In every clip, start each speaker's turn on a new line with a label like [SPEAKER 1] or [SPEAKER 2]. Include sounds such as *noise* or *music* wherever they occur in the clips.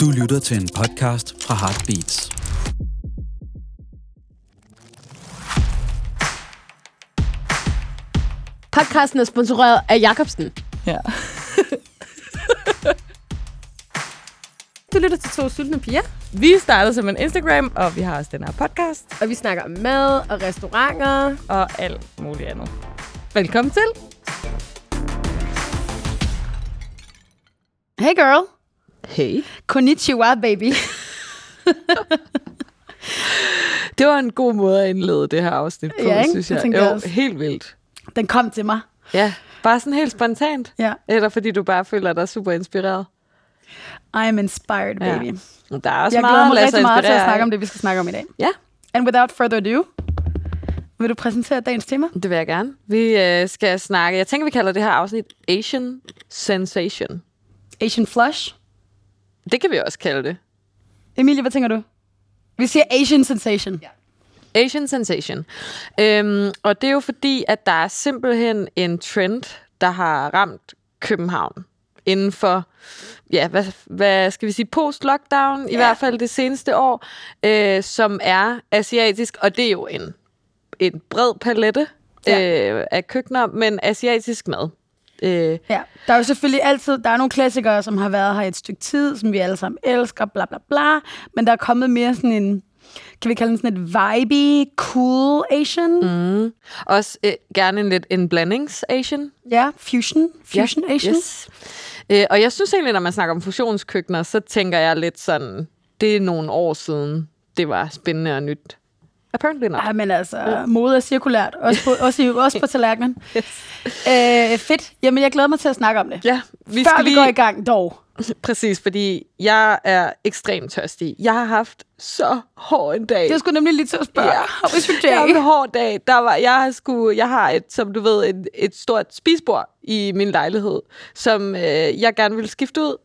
[SPEAKER 1] Du lytter til en podcast fra Heartbeats.
[SPEAKER 2] Podcasten er sponsoreret af Jacobsen.
[SPEAKER 3] Ja.
[SPEAKER 2] Du lytter til to sultne piger,
[SPEAKER 3] Vi startede som en Instagram, og vi har også den her podcast
[SPEAKER 2] og vi snakker om mad og restauranter.
[SPEAKER 3] og alt muligt andet. Velkommen til.
[SPEAKER 2] Hey girl.
[SPEAKER 3] Hey.
[SPEAKER 2] Konnichiwa, baby.
[SPEAKER 3] Det var en god måde at indlede det her afsnit på,
[SPEAKER 2] Ja, ikke?
[SPEAKER 3] synes
[SPEAKER 2] Det
[SPEAKER 3] jeg.
[SPEAKER 2] tænker jeg
[SPEAKER 3] jo,
[SPEAKER 2] også.
[SPEAKER 3] helt vildt.
[SPEAKER 4] *laughs* Den kom til mig.
[SPEAKER 3] Ja, bare sådan helt spontant.
[SPEAKER 4] Ja.
[SPEAKER 3] Eller fordi du bare føler dig super inspireret.
[SPEAKER 4] I am inspired,
[SPEAKER 3] Ja.
[SPEAKER 4] baby. Ja.
[SPEAKER 3] Men Der er også
[SPEAKER 4] Jeg
[SPEAKER 3] meget
[SPEAKER 4] glæder mig
[SPEAKER 3] at lade sig
[SPEAKER 4] rigtig meget til at
[SPEAKER 3] inspirere
[SPEAKER 4] snakke
[SPEAKER 3] af.
[SPEAKER 4] om det, vi skal snakke om i dag.
[SPEAKER 3] Ja,
[SPEAKER 4] And without further ado, vil du præsentere dagens tema?
[SPEAKER 3] det vil jeg gerne. Vi øh, skal snakke, jeg tænker, vi kalder det her afsnit Asian Sensation.
[SPEAKER 4] Asian Flush.
[SPEAKER 3] Det kan vi også kalde det.
[SPEAKER 4] Emilie, hvad tænker du? Vi siger Asian Sensation. Ja.
[SPEAKER 3] Asian Sensation. Øhm, og det er jo fordi, at der er simpelthen en trend, der har ramt København inden for, ja, hvad, hvad skal vi sige, post-lockdown, i hvert fald det seneste år, øh, som er asiatisk, og det er jo en, en bred palette øh, af køkkener, men asiatisk mad. Øh,
[SPEAKER 4] ja. Der er jo selvfølgelig altid, der er nogle klassikere, som har været her i et stykke tid, som vi alle sammen elsker, bla bla bla. Men der er kommet mere sådan en, kan vi kalde den sådan et vibey, cool Asian? Mm.
[SPEAKER 3] også øh, gerne en lidt en blandings-Asian,
[SPEAKER 4] Ja, fusion. Fusion
[SPEAKER 3] Ja,
[SPEAKER 4] Asian.
[SPEAKER 3] Yes. Øh, og jeg synes egentlig, når man snakker om fusionskøkkener, så tænker jeg lidt sådan, det er nogle år siden, det var spændende og nyt. Apparently not.
[SPEAKER 4] Ej, men altså, mode er cirkulært, også på, også, i,
[SPEAKER 3] *laughs*
[SPEAKER 4] også på tallerkenen. Øh, fedt. Jamen, jeg glæder mig til at snakke om det.
[SPEAKER 3] Ja, vi
[SPEAKER 4] Før
[SPEAKER 3] skal
[SPEAKER 4] vi
[SPEAKER 3] lige...
[SPEAKER 4] går i gang dog.
[SPEAKER 3] Præcis, fordi jeg er ekstremt tørstig. Jeg har haft så hård en dag.
[SPEAKER 4] Det er sgu nemlig lige til at spørge.
[SPEAKER 3] Ja.
[SPEAKER 4] How is your
[SPEAKER 3] Det var en
[SPEAKER 4] day?
[SPEAKER 3] hård dag. Der var, jeg, har sku, jeg har, et, som du ved, et, et stort spisbord i min lejlighed, som øh, jeg gerne ville skifte ud.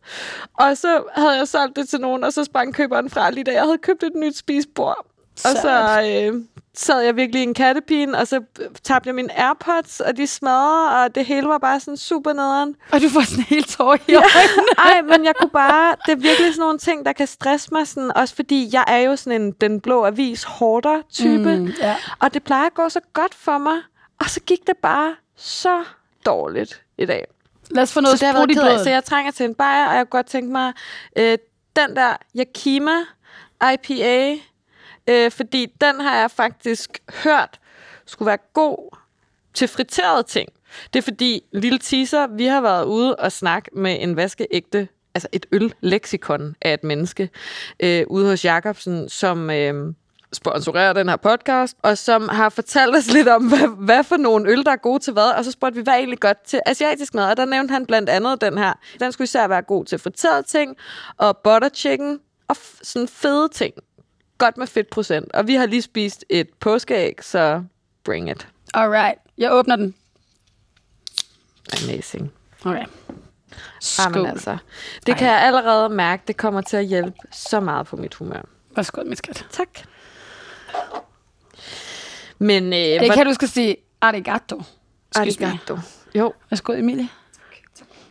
[SPEAKER 3] Og så havde jeg solgt det til nogen, og så sprang køberen fra lige da jeg havde købt et nyt spisbord. Og så øh, sad jeg virkelig i en kattepine, og så øh, tabte jeg mine AirPods, og de smadrede, og det hele var bare sådan super nederen.
[SPEAKER 4] Og du får sådan helt tår i øjnene.
[SPEAKER 3] *laughs* Ej, men jeg kunne bare... Det er virkelig sådan nogle ting, der kan stresse mig. Sådan, også fordi jeg er jo sådan en den blå avis hårder type.
[SPEAKER 4] Mm, ja.
[SPEAKER 3] Og det plejer at gå så godt for mig. Og så gik det bare så dårligt i dag.
[SPEAKER 4] Lad os få
[SPEAKER 3] Så
[SPEAKER 4] noget
[SPEAKER 3] det har jeg været
[SPEAKER 4] sprudt i
[SPEAKER 3] ked af.
[SPEAKER 4] blodet.
[SPEAKER 3] Så jeg trænger til en bajer, og jeg kunne godt tænke mig øh, den der Yakima IPA. Øh, fordi den har jeg faktisk hørt skulle være god til friterede ting. Det er fordi, lille teaser, vi har været ude og snakke med en vaskeægte, altså et øl-leksikon af et menneske, øh, ude hos Jacobsen, som øh, sponsorerer den her podcast, og som har fortalt os lidt om, hvad, hvad for nogle øl, der er gode til hvad, og så spurgte vi, hvad er egentlig godt til asiatisk mad, og der nævnte han blandt andet den her. Den skulle især være god til friterede ting, og butter chicken, og f- sådan fede ting. Godt med fedtprocent. Og vi har lige spist et påskeæg, så bring it.
[SPEAKER 4] Alright. Jeg åbner den.
[SPEAKER 3] Amazing.
[SPEAKER 4] Okay.
[SPEAKER 3] Jamen,
[SPEAKER 4] Skål.
[SPEAKER 3] altså. Det kan jeg allerede mærke, det kommer til at hjælpe så meget på mit humør.
[SPEAKER 4] Værsgo, min skat.
[SPEAKER 3] Tak. Men øh,
[SPEAKER 4] Det kan du skal sige arigato. Excuse me.
[SPEAKER 3] Arigato. Jo,
[SPEAKER 4] Værsgo, Emilie.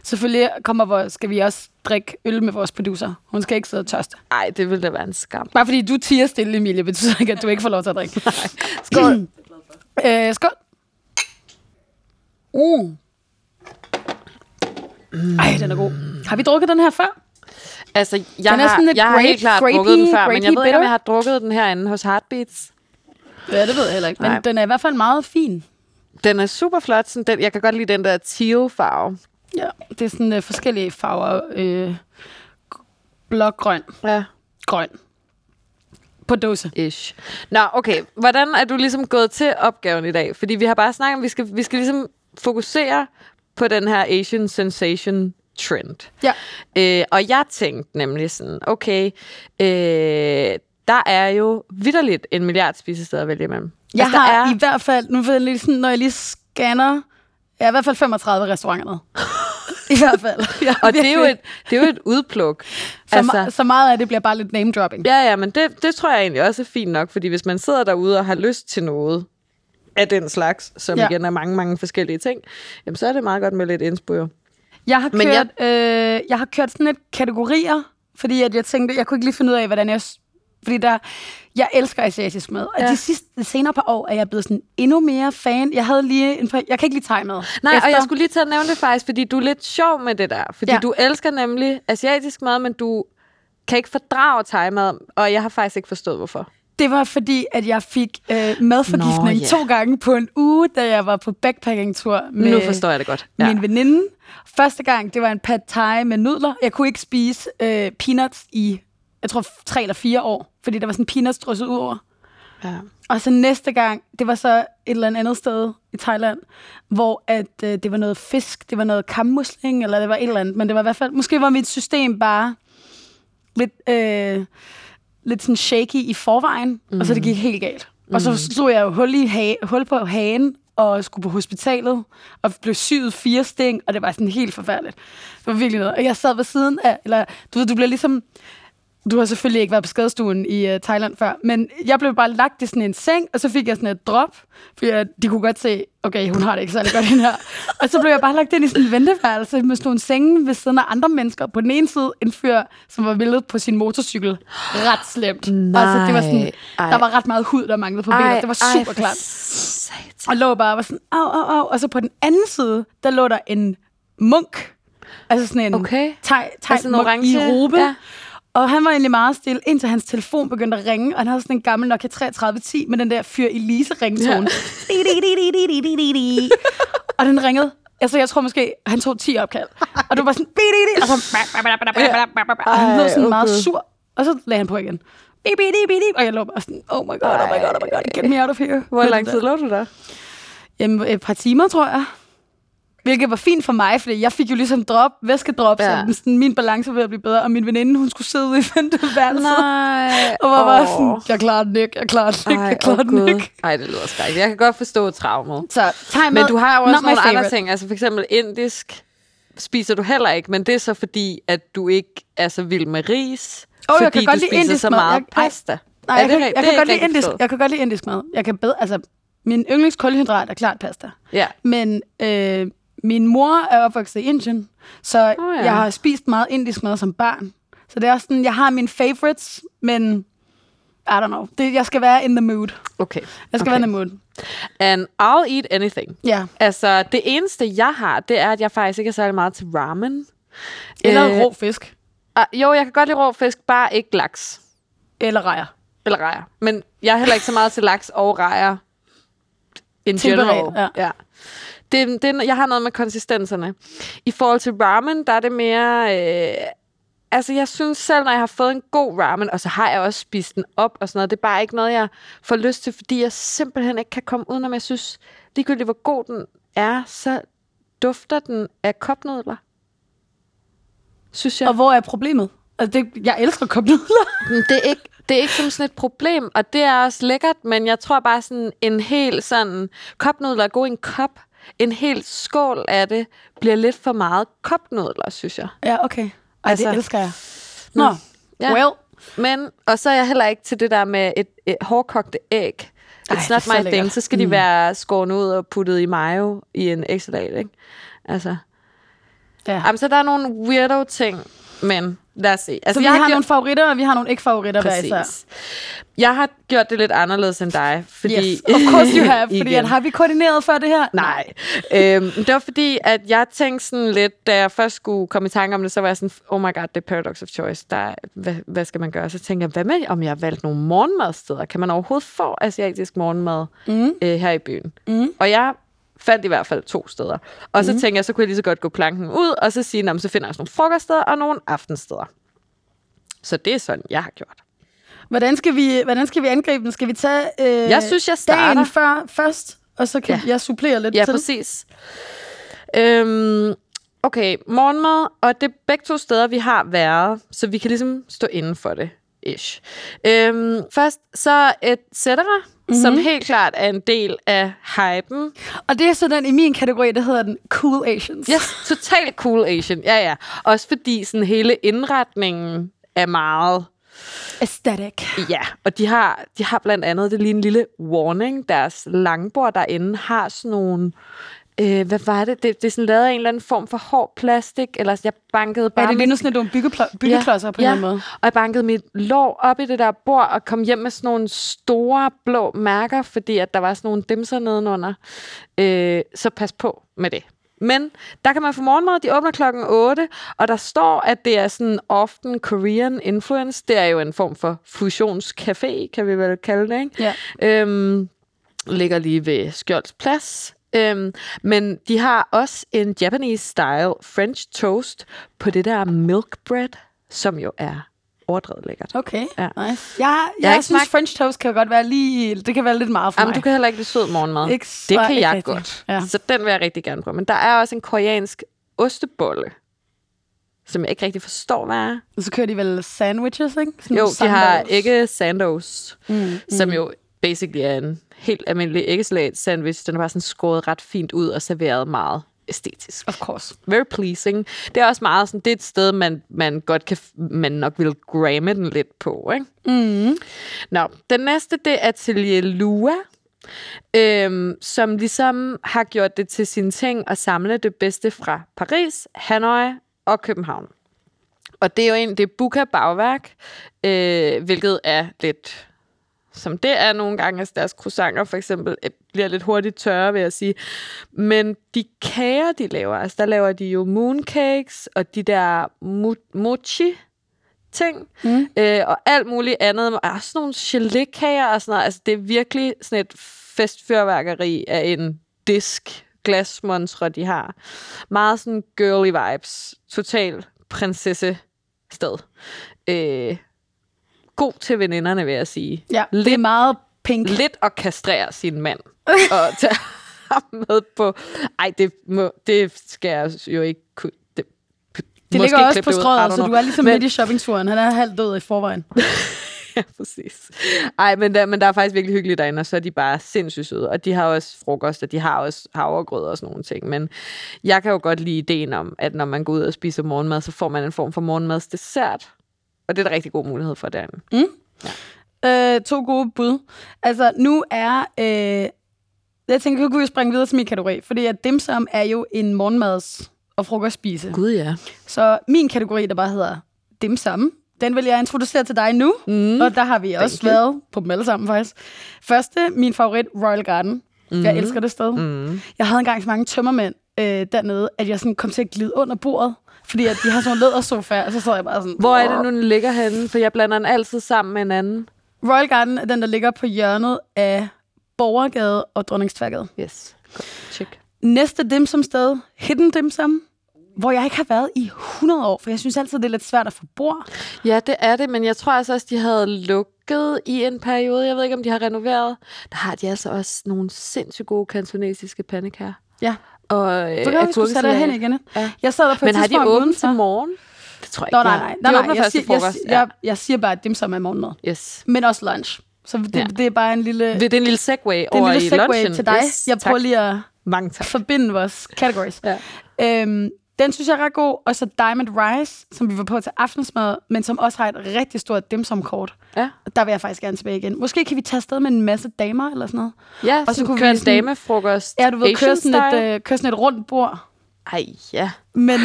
[SPEAKER 4] Selvfølgelig kommer vores, skal vi også drikke øl med vores producer. Hun skal ikke sidde og tørste.
[SPEAKER 3] ej, det ville da være en skam.
[SPEAKER 4] Bare fordi du tiger stille, Emilie, betyder ikke, at du ikke får lov til at *laughs* drikke.
[SPEAKER 3] Skål.
[SPEAKER 4] øh, skål. Uh. Ej, den er god. Har vi drukket den her før?
[SPEAKER 3] Altså, jeg,
[SPEAKER 4] Den er sådan
[SPEAKER 3] har,
[SPEAKER 4] lidt
[SPEAKER 3] jeg har helt
[SPEAKER 4] grape-
[SPEAKER 3] klart
[SPEAKER 4] grapey-
[SPEAKER 3] drukket den før, men jeg
[SPEAKER 4] grapey
[SPEAKER 3] ved ikke, om
[SPEAKER 4] bitter.
[SPEAKER 3] jeg har drukket den herinde hos Heartbeats.
[SPEAKER 4] Ja, det ved jeg heller ikke. Men
[SPEAKER 3] Nej.
[SPEAKER 4] Nej. den er i hvert fald meget fin.
[SPEAKER 3] Den er super flot. Sådan den, jeg kan godt lide den der teal farve.
[SPEAKER 4] Ja. Det er sådan øh, forskellige farver. Øh, blågrøn.
[SPEAKER 3] Ja.
[SPEAKER 4] Grøn. På dåse.
[SPEAKER 3] Ish. Nå, okay. Hvordan er du ligesom gået til opgaven i dag? Fordi vi har bare snakket om, vi skal, vi skal ligesom fokusere på den her Asian Sensation trend.
[SPEAKER 4] Ja.
[SPEAKER 3] Øh, og jeg tænkte nemlig sådan, okay, øh, der er jo vidderligt en milliard spisesteder at vælge imellem. Altså,
[SPEAKER 4] Jeg
[SPEAKER 3] der
[SPEAKER 4] har
[SPEAKER 3] er,
[SPEAKER 4] Altså, i hvert fald, nu ved jeg lige sådan, når jeg lige scanner, jeg er i hvert fald 35 restauranter *laughs* med. I hvert fald. Ja,
[SPEAKER 3] og det er, jo
[SPEAKER 4] *laughs* virkelig.
[SPEAKER 3] et, det er jo et *laughs* udpluk.
[SPEAKER 4] Så, altså. så meget af det bliver bare lidt name dropping.
[SPEAKER 3] Ja, ja, men det, det tror jeg egentlig også er fint nok, fordi hvis man sidder derude og har lyst til noget af den slags, som ja.
[SPEAKER 4] Ja.
[SPEAKER 3] igen er mange, mange forskellige ting, jamen så er det meget godt med lidt indspo, jo.
[SPEAKER 4] Jeg har
[SPEAKER 3] Men
[SPEAKER 4] kørt, jeg... Øh, jeg har kørt sådan lidt kategorier Fordi at jeg tænkte, jeg kunne ikke lige finde ud af, hvordan jeg... s- Fordi der, jeg elsker asiatisk mad. Og
[SPEAKER 3] Ja.
[SPEAKER 4] ja. de sidste de senere par år er jeg blevet sådan endnu mere fan. Jeg havde lige en... Jeg kan ikke lide thai-mad.
[SPEAKER 3] Nej, Efter. og
[SPEAKER 4] Efter-
[SPEAKER 3] jeg skulle lige til at nævne det faktisk, fordi du er lidt sjov med det der. Fordi ja.
[SPEAKER 4] Ja.
[SPEAKER 3] du elsker nemlig asiatisk mad, men du kan ikke fordrage thai-mad, og jeg har faktisk ikke forstået, hvorfor.
[SPEAKER 4] Det var fordi, at jeg fik øh, madforgiftning
[SPEAKER 3] Nå,
[SPEAKER 4] Nå,
[SPEAKER 3] ja.
[SPEAKER 4] yeah. to gange på en uge, da jeg var på backpacking-tur med
[SPEAKER 3] nu forstår jeg det godt.
[SPEAKER 4] ja. min veninde. Første gang, det var en pad thai med nudler. Jeg kunne ikke spise øh, peanuts i, jeg tror, tre eller fire år, fordi der var sådan peanuts drysset ud over.
[SPEAKER 3] ja.
[SPEAKER 4] Og så næste gang, det var så et eller andet sted i Thailand, hvor at, øh, det var noget fisk, det var noget kammusling, eller det var et eller andet, men det var i hvert fald, måske var mit system bare lidt, øh, lidt sådan shaky i forvejen, mm. og så det gik helt galt. Mm. Og så slog jeg jo hul, i ha- hul på hagen, og skulle på hospitalet, og blev syet fire sting, og det var sådan helt forfærdeligt. Det var virkelig noget. Og jeg sad ved siden af, eller du ved, du bliver ligesom, du har selvfølgelig ikke været på skadestuen i uh, Thailand før, men jeg blev bare lagt i sådan en seng, og så fik jeg sådan et drop, fordi jeg, de kunne godt se, okay, hun har det ikke særlig godt hende her. Og så blev jeg bare lagt ind i sådan en venteværelse med sådan nogle senge ved siden af andre mennesker. På den ene side en fyr, som var vildet på sin motorcykel. Ret slemt.
[SPEAKER 3] Nej.
[SPEAKER 4] Altså, det var sådan,
[SPEAKER 3] Ej.
[SPEAKER 4] der var ret meget hud, der manglede på benet. Det var super klart. Og lå bare og var sådan, au, au, au. Og så på den anden side, der lå der en munk. Altså sådan en
[SPEAKER 3] Okay.
[SPEAKER 4] thai, thai
[SPEAKER 3] Altså en
[SPEAKER 4] altså munk i
[SPEAKER 3] orange,
[SPEAKER 4] robe.
[SPEAKER 3] ja.
[SPEAKER 4] Ja. Og han var egentlig meget stille, indtil hans telefon begyndte at ringe, og han havde sådan en gammel Nokia 3310 med den der fyr Elise ringtone.
[SPEAKER 3] *laughs*
[SPEAKER 4] Ja. og den ringede. Altså, jeg tror måske, han tog 10 opkald. Og du var sådan... "Bididi", Og så... Og han blev sådan meget sur. Og så lagde han på igen. Bididi, Og jeg lå bare sådan... Oh my god, oh my god, oh my god. Get me out of here.
[SPEAKER 3] Hvor
[SPEAKER 4] Med
[SPEAKER 3] lang
[SPEAKER 4] det
[SPEAKER 3] tid
[SPEAKER 4] der.
[SPEAKER 3] lå du der?
[SPEAKER 4] Jamen, et par timer, tror jeg. Hvilket var fint for mig, fordi jeg fik jo ligesom drop, væskedrop,
[SPEAKER 3] Ja.
[SPEAKER 4] ja. så den sådan, min balance var ved at blive bedre, og min veninde, hun skulle sidde ude i *laughs* venteværelset.
[SPEAKER 3] Nej.
[SPEAKER 4] Og var oh. bare sådan, jeg klarer den ikke, jeg klarer den ikke, jeg klarer den ikke.
[SPEAKER 3] Ej, det lyder skrækkeligt. Jeg kan godt forstå traumet.
[SPEAKER 4] Så, time
[SPEAKER 3] Men du har jo også nogle andre ting. Altså for eksempel indisk spiser du heller ikke, men det er så fordi, at du ikke er så vild med ris,
[SPEAKER 4] Åh,
[SPEAKER 3] fordi
[SPEAKER 4] jeg kan
[SPEAKER 3] du
[SPEAKER 4] godt lide
[SPEAKER 3] spiser
[SPEAKER 4] indisk
[SPEAKER 3] så
[SPEAKER 4] mad.
[SPEAKER 3] meget
[SPEAKER 4] Jeg- ej.
[SPEAKER 3] pasta.
[SPEAKER 4] Nej,
[SPEAKER 3] Er
[SPEAKER 4] jeg,
[SPEAKER 3] det
[SPEAKER 4] kan,
[SPEAKER 3] rigtigt?
[SPEAKER 4] jeg,
[SPEAKER 3] Det er
[SPEAKER 4] kan
[SPEAKER 3] ikke
[SPEAKER 4] godt lide
[SPEAKER 3] rigtig
[SPEAKER 4] indisk,
[SPEAKER 3] forstået.
[SPEAKER 4] jeg kan godt lide indisk mad. Jeg kan bedre, altså, min yndlingskulhydrat er klart pasta.
[SPEAKER 3] Ja.
[SPEAKER 4] Men øh, min mor er opvokset i Indien, så
[SPEAKER 3] Åh,
[SPEAKER 4] oh,
[SPEAKER 3] ja.
[SPEAKER 4] ja. jeg har spist meget indisk mad som barn. Så det er også sådan, jeg har mine favorites, men I don't know. Det, jeg skal være in the mood.
[SPEAKER 3] Okay.
[SPEAKER 4] Jeg skal okay. være in the mood.
[SPEAKER 3] And I'll eat anything.
[SPEAKER 4] Ja.
[SPEAKER 3] Altså, det eneste, jeg har, det er, at jeg faktisk ikke er særlig meget til ramen.
[SPEAKER 4] Eller
[SPEAKER 3] Øh,
[SPEAKER 4] øh, rå fisk.
[SPEAKER 3] Ah, jo, jeg kan godt lide rå fisk, bare ikke laks.
[SPEAKER 4] Eller rejer.
[SPEAKER 3] Eller rejer. Men jeg er heller ikke så meget til laks og rejer. In
[SPEAKER 4] Tilberedt,
[SPEAKER 3] general. Ja. ja. Det, det, jeg har noget med konsistenserne. I forhold til ramen, der er det mere... Øh, altså, jeg synes selv, når jeg har fået en god ramen, og så har jeg også spist den op og sådan noget, det er bare ikke noget, jeg får lyst til, fordi jeg simpelthen ikke kan komme udenom. Jeg synes, ligegyldigt hvor god den er, så dufter den af kopnudler. Synes jeg.
[SPEAKER 4] Og hvor er problemet? Altså, det, jeg elsker kopnudler.
[SPEAKER 3] Men det er ikke det er ikke som sådan et problem, og det er også lækkert, men jeg tror bare sådan en hel sådan kopnudler er god i en kop. En hel skål af det bliver lidt for meget kopnudler, synes jeg.
[SPEAKER 4] *laughs* ja, okay. Ej,
[SPEAKER 3] Altså-
[SPEAKER 4] altså, det elsker jeg. Nå,
[SPEAKER 3] Ja.
[SPEAKER 4] ja. well.
[SPEAKER 3] Men, og så er jeg heller ikke til det der med et, et hårdkogte æg. It's
[SPEAKER 4] Ej,
[SPEAKER 3] Ej,
[SPEAKER 4] det er
[SPEAKER 3] not
[SPEAKER 4] så
[SPEAKER 3] my thing.
[SPEAKER 4] lækkert. Mm.
[SPEAKER 3] Så skal de være skåret ud og puttet i mayo i en eksalat, ikke? Altså,
[SPEAKER 4] Ja.
[SPEAKER 3] jamen, så der er nogle weirdo ting, men lad os se. Altså,
[SPEAKER 4] Så vi
[SPEAKER 3] jeg
[SPEAKER 4] har
[SPEAKER 3] gjort-
[SPEAKER 4] nogle favoritter, og vi har nogle ikke-favoritter hver især.
[SPEAKER 3] Præcis. Jeg har gjort det lidt anderledes end dig, fordi...
[SPEAKER 4] Yes, of course you
[SPEAKER 3] *laughs*
[SPEAKER 4] have, fordi
[SPEAKER 3] Igen.
[SPEAKER 4] at, har vi koordineret før det her?
[SPEAKER 3] Nej. øhm, det var fordi, at jeg tænkte sådan lidt, da jeg først skulle komme i tanke om det, så var jeg sådan, oh my god, det er paradox of choice. Der, er- hvad, hvad skal man gøre? Så tænkte jeg, hvad med, om jeg valgte nogle morgenmadsteder? Kan man overhovedet få asiatisk morgenmad mm. øh, her i byen? Mm. Og jeg fandt i hvert fald to steder. Og så mm. tænkte jeg, så kunne jeg lige så godt gå planken ud, og så sige, "Nå, men så finder jeg også nogle frokoststeder og nogle aftensteder. Så det er sådan, jeg har gjort.
[SPEAKER 4] Hvordan skal vi, hvordan skal vi angribe den? Skal vi tage øh,
[SPEAKER 3] Jeg synes, jeg starter.
[SPEAKER 4] dagen før først, og så kan
[SPEAKER 3] Ja.
[SPEAKER 4] ja. jeg supplere lidt
[SPEAKER 3] Ja,
[SPEAKER 4] til?
[SPEAKER 3] præcis. Øhm, okay, morgenmad, og det er begge to steder, vi har været, så vi kan ligesom stå inden for det. Ish. Øhm, først så et cetera, mm-hmm. som helt klart er en del af hypen.
[SPEAKER 4] Og det er så den i min kategori, der hedder den Cool Asians.
[SPEAKER 3] Yes, total cool Asian. Ja, ja. Også fordi sådan hele indretningen er meget
[SPEAKER 4] Aesthetic.
[SPEAKER 3] Ja, og de har, de har blandt andet, det er lige en lille warning, deres langbord derinde har sådan nogle øh, hvad var det? det? Det er sådan lavet af en eller anden form for hård plastik, eller jeg bankede bare
[SPEAKER 4] Ja, det
[SPEAKER 3] mit-
[SPEAKER 4] ligner sådan, at du er en byggepl- byggeklodser på en eller anden måde.
[SPEAKER 3] og jeg bankede mit lår op i det der bord og kom hjem med sådan nogle store blå mærker, fordi at der var sådan nogle dimser nedenunder. Øh, så pas på med det. Men der kan man få morgenmad, de åbner klokken 8, og der står, at det er sådan often Korean influence. Det er jo en form for fusionscafé, kan vi vel kalde det, ikke?
[SPEAKER 4] Ja.
[SPEAKER 3] Øhm, ligger lige ved Skjolds Plads. Øhm, men de har også en Japanese-style French toast på det der milk bread, som jo er overdrevet lækkert.
[SPEAKER 4] Okay,
[SPEAKER 3] Ja.
[SPEAKER 4] ja. nice. Jeg, jeg,
[SPEAKER 3] har
[SPEAKER 4] jeg
[SPEAKER 3] ikke
[SPEAKER 4] synes,
[SPEAKER 3] smagt-
[SPEAKER 4] French toast kan godt være lige... Det kan være lidt meget for
[SPEAKER 3] Jamen,
[SPEAKER 4] mig.
[SPEAKER 3] du kan heller ikke lide sød morgenmad.
[SPEAKER 4] Ikke
[SPEAKER 3] det
[SPEAKER 4] så-
[SPEAKER 3] kan
[SPEAKER 4] ikke
[SPEAKER 3] jeg
[SPEAKER 4] rigtig.
[SPEAKER 3] godt.
[SPEAKER 4] Ja.
[SPEAKER 3] Så den vil jeg rigtig gerne prøve. Men der er også en koreansk ostebolle, som jeg ikke rigtig forstår, hvad er.
[SPEAKER 4] Så kører de vel sandwiches, ikke? Sådan
[SPEAKER 3] Jo,
[SPEAKER 4] nogle
[SPEAKER 3] de har
[SPEAKER 4] sandwiches.
[SPEAKER 3] ikke sandos, mm, som jo basically er en helt almindelig æggesalat sandwich. Den er bare sådan skåret ret fint ud og serveret meget æstetisk.
[SPEAKER 4] Of course.
[SPEAKER 3] Very pleasing. Det er også meget sådan, det er et sted, man, man godt kan, f- man nok vil gramme den lidt på, ikke? Mm. Nå, den næste, det er Atelier Lua, øhm, som ligesom har gjort det til sin ting at samle det bedste fra Paris, Hanoi og København. Og det er jo en, det er Buka Bagværk, øh, hvilket er lidt som det er nogle gange, altså deres croissanter for eksempel, øh, bliver lidt hurtigt tørre, vil jeg sige. Men de kager, de laver, altså der laver de jo mooncakes, og de der mu- mochi, ting, mm. øh, og alt muligt andet. Og også nogle gelé-kager og sådan noget. Altså, det er virkelig sådan et festfyrværkeri af en disk glasmontre, de har. Meget sådan girly vibes. Total prinsesse sted. Øh, god til veninderne, vil jeg sige.
[SPEAKER 4] Ja, lidt, det er
[SPEAKER 3] Lidt-
[SPEAKER 4] meget pink.
[SPEAKER 3] Lidt at kastrere sin mand.
[SPEAKER 4] *laughs*
[SPEAKER 3] og tage ham med på... Ej, det, må, det skal jeg jo ikke kunne... Det,
[SPEAKER 4] det
[SPEAKER 3] måske
[SPEAKER 4] ligger også
[SPEAKER 3] klippe
[SPEAKER 4] på
[SPEAKER 3] det ud. I
[SPEAKER 4] strøget,
[SPEAKER 3] don't
[SPEAKER 4] så
[SPEAKER 3] know.
[SPEAKER 4] du er ligesom
[SPEAKER 3] Men- *laughs*
[SPEAKER 4] midt i shoppingturen. Han er halvt død i forvejen.
[SPEAKER 3] ja, præcis. Ej, men der, men der er faktisk virkelig hyggeligt derinde, og så er de bare sindssygt søde. Og de har også frokost, og de har også havregrød og sådan nogle ting. Men jeg kan jo godt lide ideen om, at når man går ud og spiser morgenmad, så får man en form for morgenmadsdessert. Og det er der rigtig god mulighed for derinde.
[SPEAKER 4] Mm. Øh, to gode bud. Altså, nu er... Øh, jeg tænker, kunne vi springe videre til min kategori? Fordi at dimsum er jo en morgenmads- og frokostspise.
[SPEAKER 3] Gud ja.
[SPEAKER 4] Så min kategori, der bare hedder dem samme, den vil jeg introducere til dig nu. Mm. Og der har vi også
[SPEAKER 3] you.
[SPEAKER 4] været på dem alle sammen faktisk. Første, min favorit, Royal Garden. Mm. Jeg elsker det sted. Mm. Jeg havde engang så mange tømmermænd øh, dernede, at jeg sådan kom til at glide under bordet. Fordi at de har sådan nogle lædersofa, og så sad jeg bare sådan...
[SPEAKER 3] Hvor er det nu, den ligger henne? For jeg blander den altid sammen med en anden.
[SPEAKER 4] Royal Garden er den, der ligger på hjørnet af Borgergade og Dronningstværgade.
[SPEAKER 3] Yes. Godt. Check.
[SPEAKER 4] Næste dimsum sted, Hidden Dimsum, hvor jeg ikke har været i 100 år, for jeg synes altid, det er lidt svært at få bord.
[SPEAKER 3] Ja, det er det, men jeg tror altså også, de havde lukket i en periode. Jeg ved ikke, om de har renoveret. Der har de altså også nogle sindssygt gode kantonesiske pandekager.
[SPEAKER 4] Ja,
[SPEAKER 3] og øh,
[SPEAKER 4] Så kan vi skulle sætte derhen
[SPEAKER 3] agurkesalat.
[SPEAKER 4] igen.
[SPEAKER 3] Ja.
[SPEAKER 4] Ja. Jeg sad der på et
[SPEAKER 3] Men har de
[SPEAKER 4] tidspunkt
[SPEAKER 3] åbent
[SPEAKER 4] udenfor.
[SPEAKER 3] til morgen? Det tror jeg
[SPEAKER 4] Nå,
[SPEAKER 3] ikke.
[SPEAKER 4] nej,
[SPEAKER 3] de har.
[SPEAKER 4] nej. nej,
[SPEAKER 3] de
[SPEAKER 4] nej,
[SPEAKER 3] åbner
[SPEAKER 4] jeg,
[SPEAKER 3] først til
[SPEAKER 4] siger, jeg,
[SPEAKER 3] frokost.
[SPEAKER 4] jeg, jeg, jeg siger bare, at dem som er morgenmad.
[SPEAKER 3] ja. Yes.
[SPEAKER 4] Men også lunch. Så det,
[SPEAKER 3] Ja.
[SPEAKER 4] ja. det er bare en lille, det,
[SPEAKER 3] Det, det er en lille segway
[SPEAKER 4] er en
[SPEAKER 3] over
[SPEAKER 4] lille
[SPEAKER 3] i
[SPEAKER 4] segway
[SPEAKER 3] lunchen.
[SPEAKER 4] til dig.
[SPEAKER 3] Yes,
[SPEAKER 4] jeg
[SPEAKER 3] tak.
[SPEAKER 4] prøver lige at
[SPEAKER 3] Mange tak.
[SPEAKER 4] forbinde vores categories.
[SPEAKER 3] Ja.
[SPEAKER 4] Øhm, den synes jeg er ret god. Og så Diamond Rice, som vi var på til aftensmad, men som også har et rigtig stort dimsum-kort.
[SPEAKER 3] Ja,
[SPEAKER 4] Og Der vil jeg faktisk gerne tilbage igen. Måske kan vi tage afsted med en masse damer eller sådan noget.
[SPEAKER 3] ja og så, kunne køre vi en
[SPEAKER 4] sådan-
[SPEAKER 3] damefrokost.
[SPEAKER 4] Ja, du ved,
[SPEAKER 3] Asian
[SPEAKER 4] køre sådan,
[SPEAKER 3] style.
[SPEAKER 4] et, øh, køre sådan et rundt bord.
[SPEAKER 3] Ej, ja.
[SPEAKER 4] Men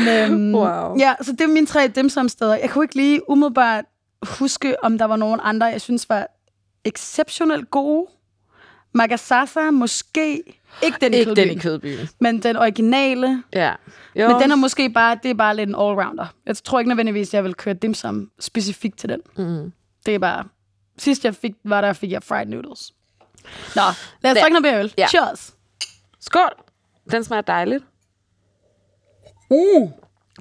[SPEAKER 3] *laughs*
[SPEAKER 4] øhm,
[SPEAKER 3] Wow.
[SPEAKER 4] ja, så det er mine tre dimsum-steder. Jeg kunne ikke lige umiddelbart huske, om der var nogen andre, jeg synes var exceptionelt gode. Magasasa måske. Ikke den i
[SPEAKER 3] Ikke den i
[SPEAKER 4] Kødbyen,
[SPEAKER 3] kødbyen.
[SPEAKER 4] men den originale.
[SPEAKER 3] Ja. Jo.
[SPEAKER 4] Men den er måske bare, det er bare lidt en allrounder. Jeg tror ikke nødvendigvis, jeg vil køre dimsum specifikt til den. Mm.
[SPEAKER 3] Mm-hmm.
[SPEAKER 4] Det er bare... Sidst jeg fik, var der, fik jeg fried noodles. Nå, lad os
[SPEAKER 3] Der.
[SPEAKER 4] drikke noget mere øl.
[SPEAKER 3] Ja.
[SPEAKER 4] Cheers.
[SPEAKER 3] Skål. Den smager dejligt.
[SPEAKER 4] Uh.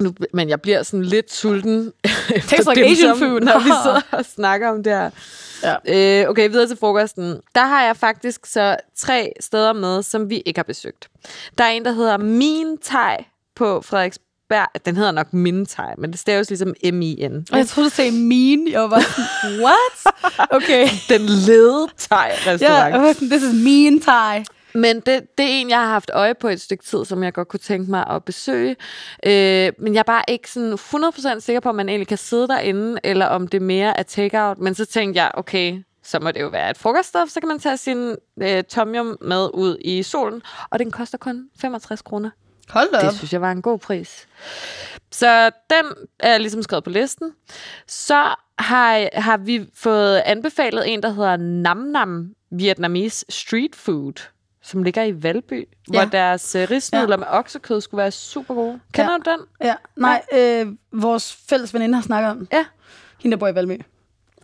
[SPEAKER 3] Nu, men jeg bliver sådan lidt sulten. *laughs* efter
[SPEAKER 4] Tastes like
[SPEAKER 3] dem,
[SPEAKER 4] Asian
[SPEAKER 3] som-
[SPEAKER 4] food.
[SPEAKER 3] Når vi sidder og snakker om det her.
[SPEAKER 4] Ja.
[SPEAKER 3] Øh, okay, videre til frokosten. Der har jeg faktisk så tre steder med, som vi ikke har besøgt. Der er en, der hedder Min Thai på Frederiksberg. Den hedder nok Min Thai, men det staves ligesom M-I-N.
[SPEAKER 4] Og jeg troede, du sagde mean. Jeg var bare
[SPEAKER 3] *laughs*
[SPEAKER 4] sådan, what? Okay.
[SPEAKER 3] Den lede Thai-restaurant.
[SPEAKER 4] Ja, yeah, this is mean Thai.
[SPEAKER 3] Men det, det er en, jeg har haft øje på et stykke tid, som jeg godt kunne tænke mig at besøge. Øh, men jeg er bare ikke sådan 100% sikker på, om man egentlig kan sidde derinde, eller om det mere er takeout. Men så tænkte jeg, okay, så må det jo være et frokoststed, så kan man tage sin øh, tomjum med ud i solen, og den koster kun 65 kroner.
[SPEAKER 4] Hold da
[SPEAKER 3] Det
[SPEAKER 4] op.
[SPEAKER 3] synes jeg var en god pris. Så den er ligesom skrevet på listen. Så har, har vi fået anbefalet en, der hedder Nam Nam Vietnamese Street Food, som ligger i Valby, ja.
[SPEAKER 4] Ja.
[SPEAKER 3] hvor deres øh, risnudler ja. med oksekød skulle være super gode. Kender ja. du den?
[SPEAKER 4] Ja, nej, øh, vores fælles veninde har snakket om den.
[SPEAKER 3] Ja.
[SPEAKER 4] Hende, der bor i Valmø.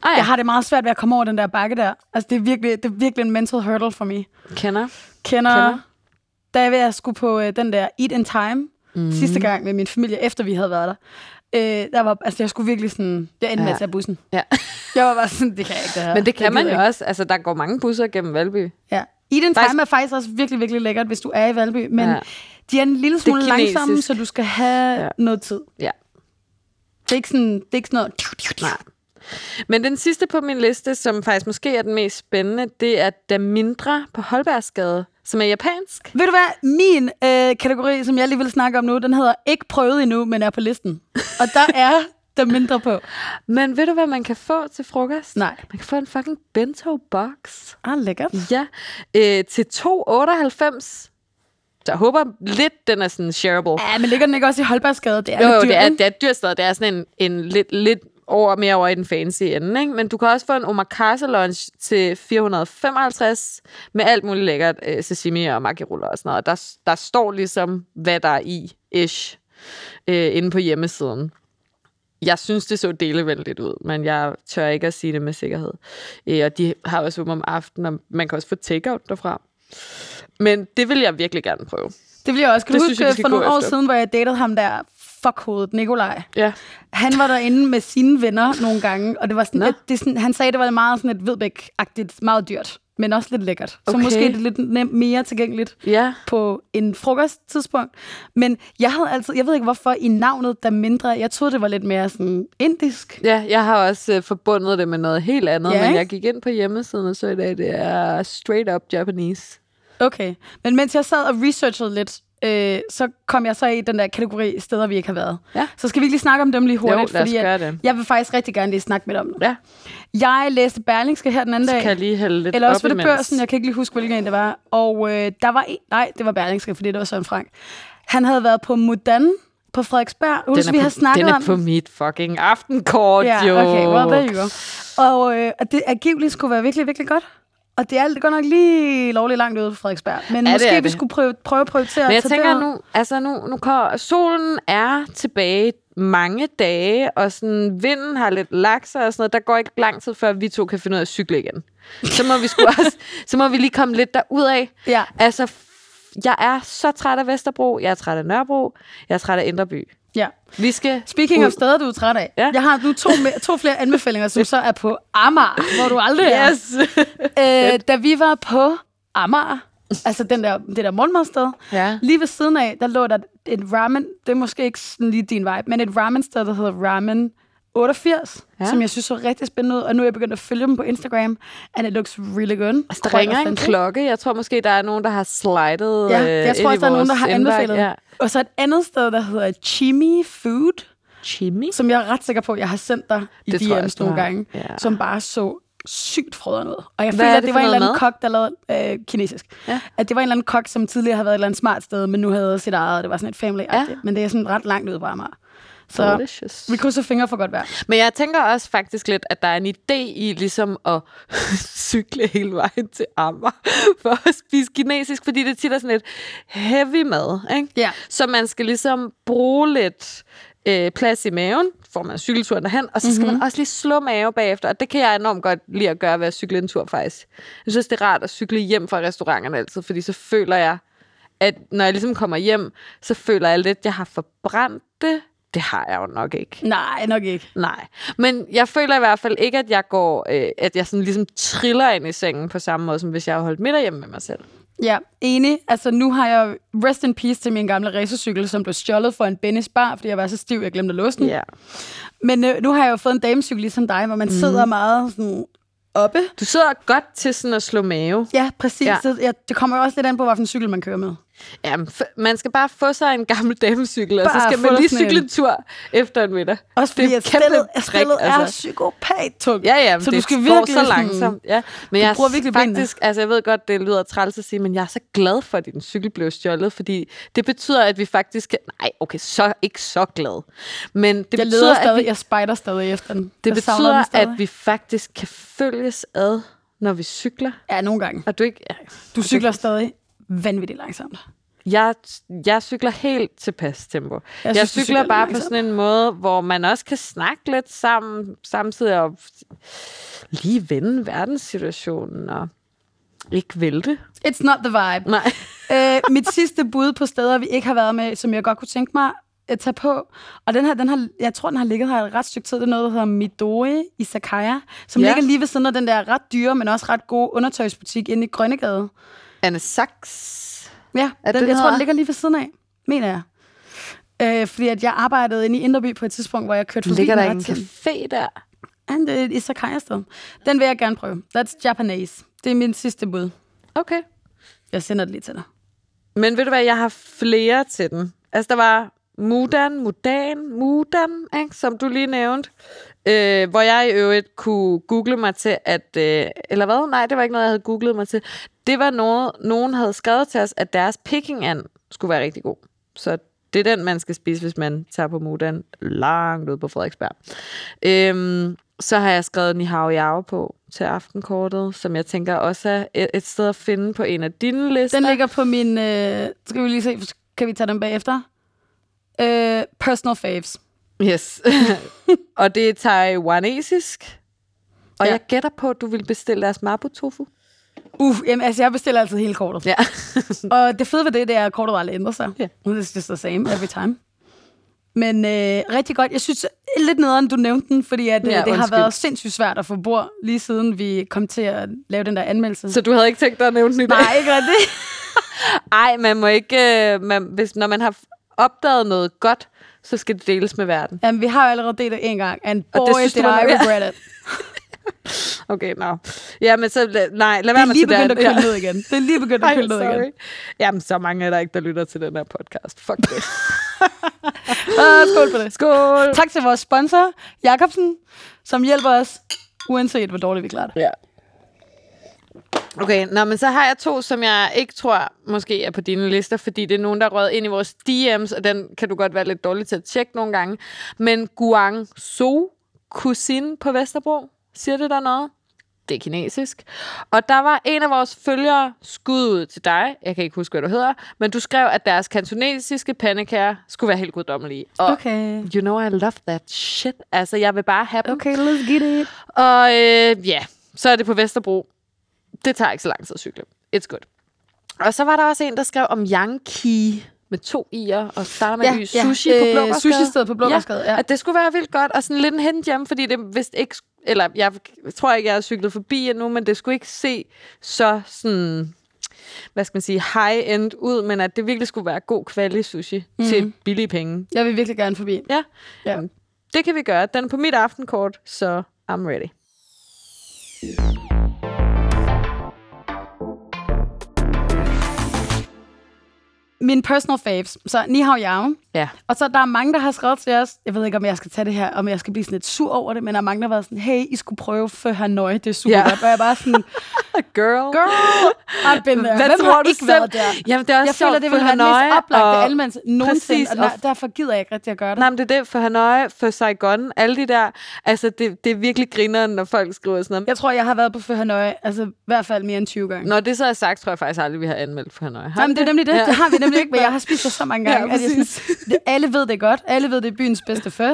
[SPEAKER 3] Ej,
[SPEAKER 4] Jeg har det meget svært ved at komme over den der bakke der. Altså, det er virkelig, det er virkelig en mental hurdle for mig.
[SPEAKER 3] kender.
[SPEAKER 4] Kender,
[SPEAKER 3] Kender.
[SPEAKER 4] Kender. da jeg, ved, jeg skulle på øh, den der Eat in Time,
[SPEAKER 3] Mhm.
[SPEAKER 4] mm. sidste gang med min familie, efter vi havde været der, øh, der var, altså, jeg skulle virkelig sådan, jeg endte ja. med
[SPEAKER 3] Ja.
[SPEAKER 4] at tage bussen.
[SPEAKER 3] Ja.
[SPEAKER 4] Jeg var bare sådan, det kan jeg ikke, det her.
[SPEAKER 3] Men det kan man
[SPEAKER 4] gider
[SPEAKER 3] jo
[SPEAKER 4] jeg
[SPEAKER 3] også. Altså, der går mange busser gennem Valby.
[SPEAKER 4] ikke. Ja. Eat in
[SPEAKER 3] Faktisk-
[SPEAKER 4] Time er faktisk også virkelig, virkelig lækkert, hvis du er i Valby, men
[SPEAKER 3] Ja.
[SPEAKER 4] ja. de er en lille smule
[SPEAKER 3] Det er kinesisk.
[SPEAKER 4] langsomme, så du skal have
[SPEAKER 3] Ja.
[SPEAKER 4] ja. noget tid.
[SPEAKER 3] Ja.
[SPEAKER 4] Det er ikke sådan, det er ikke sådan noget...
[SPEAKER 3] Nej. Men den sidste på min liste, som faktisk måske er den mest spændende, det er Da Mindre på Holbergsgade, som er japansk.
[SPEAKER 4] Ved du hvad? Min øh, kategori, som jeg lige vil snakke om nu, den hedder ikke prøvet endnu, men er på listen. Og der er der mindre på.
[SPEAKER 3] Men ved du, hvad man kan få til frokost?
[SPEAKER 4] Nej.
[SPEAKER 3] Man kan få en fucking bento-box.
[SPEAKER 4] Ah, lækkert.
[SPEAKER 3] Ja, øh, til 2,98. Så jeg håber lidt, den er sådan shareable.
[SPEAKER 4] Ja, men ligger den ikke også i Holbergsgade? Det er
[SPEAKER 3] Jo,
[SPEAKER 4] lidt
[SPEAKER 3] jo,
[SPEAKER 4] dyrt,
[SPEAKER 3] det er,
[SPEAKER 4] ikke?
[SPEAKER 3] det er et dyrt sted. Det er sådan en, en lidt, lidt over, mere over i den fancy ende. Ikke? Men du kan også få en omakase lunch til 455 med alt muligt lækkert øh, sashimi og makiruller og sådan noget. Der, der står ligesom, hvad der er i, ish, øh, inde på hjemmesiden. Jeg synes, det så delevenligt ud, men jeg tør ikke at sige det med sikkerhed. Øh, og de har også åbent om aftenen, og man kan også få takeout derfra. Men det vil jeg virkelig gerne prøve.
[SPEAKER 4] Det bliver også. Kan
[SPEAKER 3] Det
[SPEAKER 4] du
[SPEAKER 3] synes jeg, vi
[SPEAKER 4] huske
[SPEAKER 3] skal
[SPEAKER 4] for nogle
[SPEAKER 3] gå
[SPEAKER 4] år
[SPEAKER 3] efter.
[SPEAKER 4] siden, hvor jeg datede ham der fuckhovedet, Nikolaj?
[SPEAKER 3] Ja.
[SPEAKER 4] Han var derinde med sine venner nogle gange, og det var sådan,
[SPEAKER 3] Nå.
[SPEAKER 4] et, det er sådan, han sagde, det var meget sådan et Vedbæk-agtigt, meget dyrt, men også lidt lækkert. Så
[SPEAKER 3] Okay.
[SPEAKER 4] måske er det lidt nem, mere tilgængeligt.
[SPEAKER 3] Ja.
[SPEAKER 4] på en frokosttidspunkt. Men jeg havde altid, jeg ved ikke hvorfor, i navnet, der mindre, jeg troede, det var lidt mere sådan indisk.
[SPEAKER 3] Ja, jeg har også øh, forbundet det med noget helt andet,
[SPEAKER 4] Ja,
[SPEAKER 3] ja, men
[SPEAKER 4] ikke?
[SPEAKER 3] jeg gik ind på hjemmesiden og så i dag, det er straight up Japanese.
[SPEAKER 4] Okay. Men mens jeg sad og researchede lidt, øh, så kom jeg så i den der kategori steder, vi ikke har været.
[SPEAKER 3] Ja.
[SPEAKER 4] Så skal vi ikke lige snakke om dem lige hurtigt,
[SPEAKER 3] lad os
[SPEAKER 4] fordi at
[SPEAKER 3] gøre det.
[SPEAKER 4] jeg vil faktisk rigtig gerne lige snakke med om dem.
[SPEAKER 3] Ja,
[SPEAKER 4] Jeg læste Berlingske her den anden
[SPEAKER 3] så
[SPEAKER 4] dag.
[SPEAKER 3] kan jeg lige hælde lidt
[SPEAKER 4] Eller også
[SPEAKER 3] op
[SPEAKER 4] var det
[SPEAKER 3] imens.
[SPEAKER 4] børsen, jeg kan ikke lige huske, hvilken en det var. Og øh, der var en, nej, det var Berlingske, fordi det var Søren Frank. Han havde været på Modan på Frederiksberg. Husk,
[SPEAKER 3] den er
[SPEAKER 4] vi
[SPEAKER 3] på,
[SPEAKER 4] har snakket
[SPEAKER 3] den er
[SPEAKER 4] om
[SPEAKER 3] på mit fucking aftenkort,
[SPEAKER 4] Ja,
[SPEAKER 3] jo.
[SPEAKER 4] okay, well, there you go. Og, øh, og det angiveligt skulle være virkelig, virkelig godt. Og det er godt nok lige lovligt langt ude fra Frederiksberg. Men
[SPEAKER 3] Ja,
[SPEAKER 4] ja,
[SPEAKER 3] det
[SPEAKER 4] måske
[SPEAKER 3] er
[SPEAKER 4] vi
[SPEAKER 3] det.
[SPEAKER 4] skulle prøve, prøve at prioritere
[SPEAKER 3] Men jeg
[SPEAKER 4] at tage
[SPEAKER 3] tænker
[SPEAKER 4] derud.
[SPEAKER 3] nu, altså nu, nu kan, solen er tilbage mange dage, og sådan, vinden har lidt lagt sig og sådan noget. Der går ikke lang tid, før vi to kan finde ud af at cykle igen. Så må vi,
[SPEAKER 4] *laughs*
[SPEAKER 3] sgu også, så må vi lige komme lidt derudad.
[SPEAKER 4] Ja.
[SPEAKER 3] Altså, f- jeg er så træt af Vesterbro, jeg er træt af Nørrebro, jeg er træt af Indre By.
[SPEAKER 4] Ja.
[SPEAKER 3] Vi skal...
[SPEAKER 4] Speaking
[SPEAKER 3] ud.
[SPEAKER 4] of steder, du er træt af.
[SPEAKER 3] Ja.
[SPEAKER 4] Jeg har nu to, me- to flere anbefalinger, som så er på Amager, hvor du aldrig
[SPEAKER 3] Yes!
[SPEAKER 4] er. Øh, da vi var på Amager, altså den der, det der morgenmadsted,
[SPEAKER 3] Ja.
[SPEAKER 4] lige ved siden af, der lå der et ramen, det er måske ikke sådan lige din vibe, men et ramensted, der hedder Ramen 88,
[SPEAKER 3] Ja.
[SPEAKER 4] ja. som jeg synes så rigtig spændende ud, og nu er jeg begyndt at følge dem på Instagram, and it looks really good.
[SPEAKER 3] Altså, der ringer en klokke. Jeg tror måske, der er nogen, der har slidet
[SPEAKER 4] Ja,
[SPEAKER 3] øh,
[SPEAKER 4] jeg
[SPEAKER 3] ind
[SPEAKER 4] tror
[SPEAKER 3] i
[SPEAKER 4] også, der er nogen, der har
[SPEAKER 3] vores
[SPEAKER 4] anbefalet
[SPEAKER 3] indbakke.
[SPEAKER 4] ja. Og så et andet sted, der hedder Chimi Food,
[SPEAKER 3] Ja. Chimmy?
[SPEAKER 4] som jeg er ret sikker på, jeg har sendt dig i
[SPEAKER 3] Det
[SPEAKER 4] det
[SPEAKER 3] tror jeg
[SPEAKER 4] DM's
[SPEAKER 3] også, du
[SPEAKER 4] nogle
[SPEAKER 3] har.
[SPEAKER 4] gange,
[SPEAKER 3] Ja.
[SPEAKER 4] ja. som bare så sygt frøderen ud. Og jeg
[SPEAKER 3] Hvad
[SPEAKER 4] føler,
[SPEAKER 3] er det
[SPEAKER 4] at det
[SPEAKER 3] for
[SPEAKER 4] var en eller
[SPEAKER 3] noget
[SPEAKER 4] anden kok, der lavede øh, kinesisk.
[SPEAKER 3] Ja.
[SPEAKER 4] At det var en eller anden kok, som tidligere havde været et eller andet smart sted, men nu havde sit eget, og det var sådan et family ja.
[SPEAKER 3] Ja.
[SPEAKER 4] Men det er sådan ret langt ud på Amager. Så
[SPEAKER 3] Delicious.
[SPEAKER 4] vi krydser fingre for godt vejr.
[SPEAKER 3] Men jeg tænker også faktisk lidt, at der er en idé i ligesom at *laughs* cykle hele vejen til Amager for at spise kinesisk, fordi det tit er sådan lidt heavy mad, ikke?
[SPEAKER 4] Ja.
[SPEAKER 3] Så man skal ligesom bruge lidt øh, plads i maven, får man cykelturen derhen, og så skal mm-hmm. man også lige slå mave bagefter, og det kan jeg enormt godt lide at gøre ved at cykle en tur faktisk. Jeg synes, det er rart at cykle hjem fra restauranterne altid, fordi så føler jeg, at når jeg ligesom kommer hjem, så føler jeg lidt, at jeg har forbrændt det. Det har jeg jo nok ikke.
[SPEAKER 4] Nej, nok ikke.
[SPEAKER 3] Nej, men jeg føler i hvert fald ikke, at jeg går, øh, at jeg sådan ligesom triller ind i sengen på samme måde, som hvis jeg har holdt middag hjemme med mig selv.
[SPEAKER 4] Ja, enig. Altså, nu har jeg rest in peace til min gamle racercykel, som blev stjålet for en Bennis bar, fordi jeg var så stiv, jeg glemte at låse den. Men øh, nu har jeg jo fået en damecykel ligesom dig, hvor man
[SPEAKER 3] Mhm.
[SPEAKER 4] mm. sidder meget sådan oppe.
[SPEAKER 3] Du sidder godt til sådan at slå mave.
[SPEAKER 4] Ja, præcis.
[SPEAKER 3] Ja.
[SPEAKER 4] Ja. Så, ja, det kommer jo også lidt an på, hvilken cykel man kører med.
[SPEAKER 3] Jamen, f- man skal bare få sig en gammel damecykel, og så
[SPEAKER 4] Bare
[SPEAKER 3] skal
[SPEAKER 4] få
[SPEAKER 3] man lige
[SPEAKER 4] sådan en-
[SPEAKER 3] cykle en tur efter en middag.
[SPEAKER 4] Også
[SPEAKER 3] Det er
[SPEAKER 4] fordi, det
[SPEAKER 3] et
[SPEAKER 4] er at
[SPEAKER 3] kæmpe
[SPEAKER 4] stillet,
[SPEAKER 3] brik,
[SPEAKER 4] stillet altså. er
[SPEAKER 3] altså.
[SPEAKER 4] psykopat-tungt.
[SPEAKER 3] Ja, ja, men
[SPEAKER 4] så
[SPEAKER 3] det
[SPEAKER 4] du skal
[SPEAKER 3] går
[SPEAKER 4] virkelig
[SPEAKER 3] så
[SPEAKER 4] sådan-
[SPEAKER 3] langsomt. Ja. Men
[SPEAKER 4] Du
[SPEAKER 3] jeg
[SPEAKER 4] bruger
[SPEAKER 3] bruger
[SPEAKER 4] virkelig
[SPEAKER 3] virkelig
[SPEAKER 4] benene.
[SPEAKER 3] faktisk, altså jeg ved godt, det lyder træls at sige, men jeg er så glad for, at din cykel blev stjålet, fordi det betyder, at vi faktisk kan... Nej, okay, så ikke så glad. Men det
[SPEAKER 4] jeg
[SPEAKER 3] betyder,
[SPEAKER 4] leder
[SPEAKER 3] at
[SPEAKER 4] stadig,
[SPEAKER 3] vi,
[SPEAKER 4] vi... jeg spejder stadig efter den.
[SPEAKER 3] det
[SPEAKER 4] jeg savner
[SPEAKER 3] betyder,
[SPEAKER 4] den stadig.
[SPEAKER 3] at vi faktisk kan følges ad, når vi cykler.
[SPEAKER 4] Ja, nogle gange.
[SPEAKER 3] Og du ikke...
[SPEAKER 4] Du cykler stadig vanvittigt langsomt.
[SPEAKER 3] Jeg, jeg cykler helt tilpas tempo. Jeg, jeg
[SPEAKER 4] synes, du
[SPEAKER 3] cykler,
[SPEAKER 4] cykler
[SPEAKER 3] cykler bare på
[SPEAKER 4] langsomt.
[SPEAKER 3] sådan en måde, hvor man også kan snakke lidt sammen, samtidig og lige vende verdenssituationen og ikke vælte.
[SPEAKER 4] It's not the vibe.
[SPEAKER 3] Nej.
[SPEAKER 4] øh, mit sidste bud på steder, vi ikke har været med, som jeg godt kunne tænke mig at tage på. Og den her, den har, jeg tror, den har ligget her et ret stykke tid. Det er noget, der hedder Midori i Sakaya, som
[SPEAKER 3] Ja.
[SPEAKER 4] ligger lige ved siden af den der ret dyre, men også ret gode undertøjsbutik inde i Grønnegade.
[SPEAKER 3] Anne Sachs.
[SPEAKER 4] Ja,
[SPEAKER 3] Er
[SPEAKER 4] den,
[SPEAKER 3] den
[SPEAKER 4] jeg tror,
[SPEAKER 3] her?
[SPEAKER 4] den ligger lige ved siden af, mener jeg. Øh, fordi at jeg arbejdede inde i Inderby på et tidspunkt, hvor jeg kørte forbi øh,
[SPEAKER 3] Ligger
[SPEAKER 4] den
[SPEAKER 3] der
[SPEAKER 4] ret
[SPEAKER 3] en
[SPEAKER 4] tit.
[SPEAKER 3] café der?
[SPEAKER 4] And it is a kind sted. Den vil jeg gerne prøve. That's Japanese. Det er min sidste bud.
[SPEAKER 3] Okay.
[SPEAKER 4] Jeg sender det lige til dig.
[SPEAKER 3] Men ved du hvad, jeg har flere til den. Altså, der var Mudan, Mudan, Mudan, ikke? som du lige nævnte. Øh, hvor jeg i øvrigt kunne google mig til, at... Øh, eller hvad? Nej, det var ikke noget, jeg havde googlet mig til. Det var noget, nogen havde skrevet til os, at deres picking and skulle være rigtig god. Så det er den, man skal spise, hvis man tager på Mudan langt ud på Frederiksberg. Øhm, så har jeg skrevet Nihao Yao på til aftenkortet, som jeg tænker også er et, et sted at finde på en af dine lister.
[SPEAKER 4] Den ligger på min... Øh, skal vi lige se, kan vi tage den bagefter? Øh, personal faves.
[SPEAKER 3] Yes. *laughs* og det er taiwanesisk. Og
[SPEAKER 4] Ja.
[SPEAKER 3] ja. jeg gætter på, at du vil bestille deres mapo tofu.
[SPEAKER 4] Uff, jamen, altså, jeg bestiller altid hele kortet.
[SPEAKER 3] Ja.
[SPEAKER 4] Og det fede ved det, det er, at kortet aldrig ændrer sig.
[SPEAKER 3] Ja.
[SPEAKER 4] It's just the same every time. Men øh, rigtig godt. Jeg synes lidt nederen, du nævnte den, fordi at, øh,
[SPEAKER 3] Ja,
[SPEAKER 4] det har
[SPEAKER 3] undskyld.
[SPEAKER 4] været sindssygt svært at få bord, lige siden vi kom til at lave den der
[SPEAKER 3] *laughs*
[SPEAKER 4] anmeldelse.
[SPEAKER 3] Så du havde ikke tænkt dig at nævne den i dag?
[SPEAKER 4] Nej, ikke rigtigt. *laughs*
[SPEAKER 3] Ej, man må ikke... øh, Man, hvis, når man har opdaget noget godt, så skal det deles med verden.
[SPEAKER 4] Jamen, vi har jo allerede delt det en gang. And boy,
[SPEAKER 3] Og det synes
[SPEAKER 4] did
[SPEAKER 3] du var
[SPEAKER 4] I
[SPEAKER 3] nok-
[SPEAKER 4] regret
[SPEAKER 3] *laughs*
[SPEAKER 4] it.
[SPEAKER 3] Okay, nå. No. Ja, men så... la- Nej, lad
[SPEAKER 4] Det
[SPEAKER 3] være
[SPEAKER 4] er
[SPEAKER 3] med
[SPEAKER 4] lige
[SPEAKER 3] til
[SPEAKER 4] begyndt at
[SPEAKER 3] den.
[SPEAKER 4] køle ned igen. Det er lige begyndt
[SPEAKER 3] *laughs*
[SPEAKER 4] at
[SPEAKER 3] Ej,
[SPEAKER 4] køle ned igen.
[SPEAKER 3] sorry. Jamen, så mange er der ikke, der lytter til den her podcast. Fuck det. *laughs*
[SPEAKER 4] Uh, skål for det.
[SPEAKER 3] Skål!
[SPEAKER 4] Tak til vores sponsor, Jakobsen, som hjælper os, uanset hvor dårligt vi klarer det.
[SPEAKER 3] Ja. Okay, nå, men så har jeg to, som jeg ikke tror måske er på dine lister, fordi det er nogen, der er røget ind i vores DM's, og den kan du godt være lidt dårlig til at tjekke nogle gange. Men Guangzhou Cuisine på Vesterbro, siger det der noget? Det er kinesisk. Og der var en af vores følgere skud ud til dig. Jeg kan ikke huske, hvad du hedder. Men du skrev, at deres kantonesiske pandekager skulle være helt guddommelige. Og
[SPEAKER 4] Okay.
[SPEAKER 3] you know, I love that shit. Altså, jeg vil bare have dem.
[SPEAKER 4] Okay, let's get it.
[SPEAKER 3] Og øh, ja, så er det på Vesterbro. Det tager ikke så lang tid at cykle. It's good. Og så var der også en, der skrev om Yangki med to i'er og starter med
[SPEAKER 4] Ja,
[SPEAKER 3] ja, y,
[SPEAKER 4] ja.
[SPEAKER 3] sushi
[SPEAKER 4] Øh,
[SPEAKER 3] ja. på Blågårdsgade.
[SPEAKER 4] sushistedet på Blågårdsgade, ja.
[SPEAKER 3] At det skulle være vildt godt, og sådan lidt en hint hjem, fordi det vist ikke... Eller jeg tror ikke, jeg har cyklet forbi endnu, men det skulle ikke se så sådan hvad skal man sige, high-end ud, men at det virkelig skulle være god kvalitet sushi
[SPEAKER 4] Mhm.
[SPEAKER 3] mm. til billige penge.
[SPEAKER 4] Jeg vil virkelig gerne forbi.
[SPEAKER 3] Ja,
[SPEAKER 4] Ja.
[SPEAKER 3] det kan vi gøre. Den er på mit aftenkort, så I'm ready.
[SPEAKER 4] Min personal faves, så ni hao yao.
[SPEAKER 3] Ja.
[SPEAKER 4] Og så der er mange, der har skrevet til os, jeg ved ikke, om jeg skal tage det her, om jeg skal blive sådan lidt sur over det, men der er mange, der har været sådan, hey, I skulle prøve for Hanoi, det er super
[SPEAKER 3] Ja.
[SPEAKER 4] godt. Og jeg er bare sådan,
[SPEAKER 3] Girl.
[SPEAKER 4] girl, I've been there.
[SPEAKER 3] Hvad
[SPEAKER 4] Hvem
[SPEAKER 3] tror
[SPEAKER 4] har
[SPEAKER 3] du
[SPEAKER 4] ikke
[SPEAKER 3] selv?
[SPEAKER 4] været der?
[SPEAKER 3] Jamen, det er også
[SPEAKER 4] Jeg
[SPEAKER 3] sjovt,
[SPEAKER 4] føler, det
[SPEAKER 3] for
[SPEAKER 4] vil være den mest
[SPEAKER 3] Hanoi
[SPEAKER 4] oplagte
[SPEAKER 3] og-
[SPEAKER 4] almens nogensinde,
[SPEAKER 3] Præcis,
[SPEAKER 4] og der,
[SPEAKER 3] og-
[SPEAKER 4] derfor gider jeg ikke rigtig at gøre det.
[SPEAKER 3] Nej, men det er det. For Hanoi, for Saigon, alle de der. Altså, det, det er virkelig grineren, når folk skriver sådan noget.
[SPEAKER 4] Jeg tror, jeg har været på Fø Hanoi, altså i hvert fald mere end 20 gange.
[SPEAKER 3] Når det så er sagt, tror jeg faktisk aldrig, vi har anmeldt for Hanoi. Har
[SPEAKER 4] Nej, men
[SPEAKER 3] vi
[SPEAKER 4] det er nemlig det. Ja. Det har vi nemlig ikke,
[SPEAKER 3] *laughs*
[SPEAKER 4] men jeg har spist det så mange gange.
[SPEAKER 3] Ja,
[SPEAKER 4] at jeg sådan-
[SPEAKER 3] præcis.
[SPEAKER 4] det, alle ved det godt. Alle ved, det er byens bedste fø.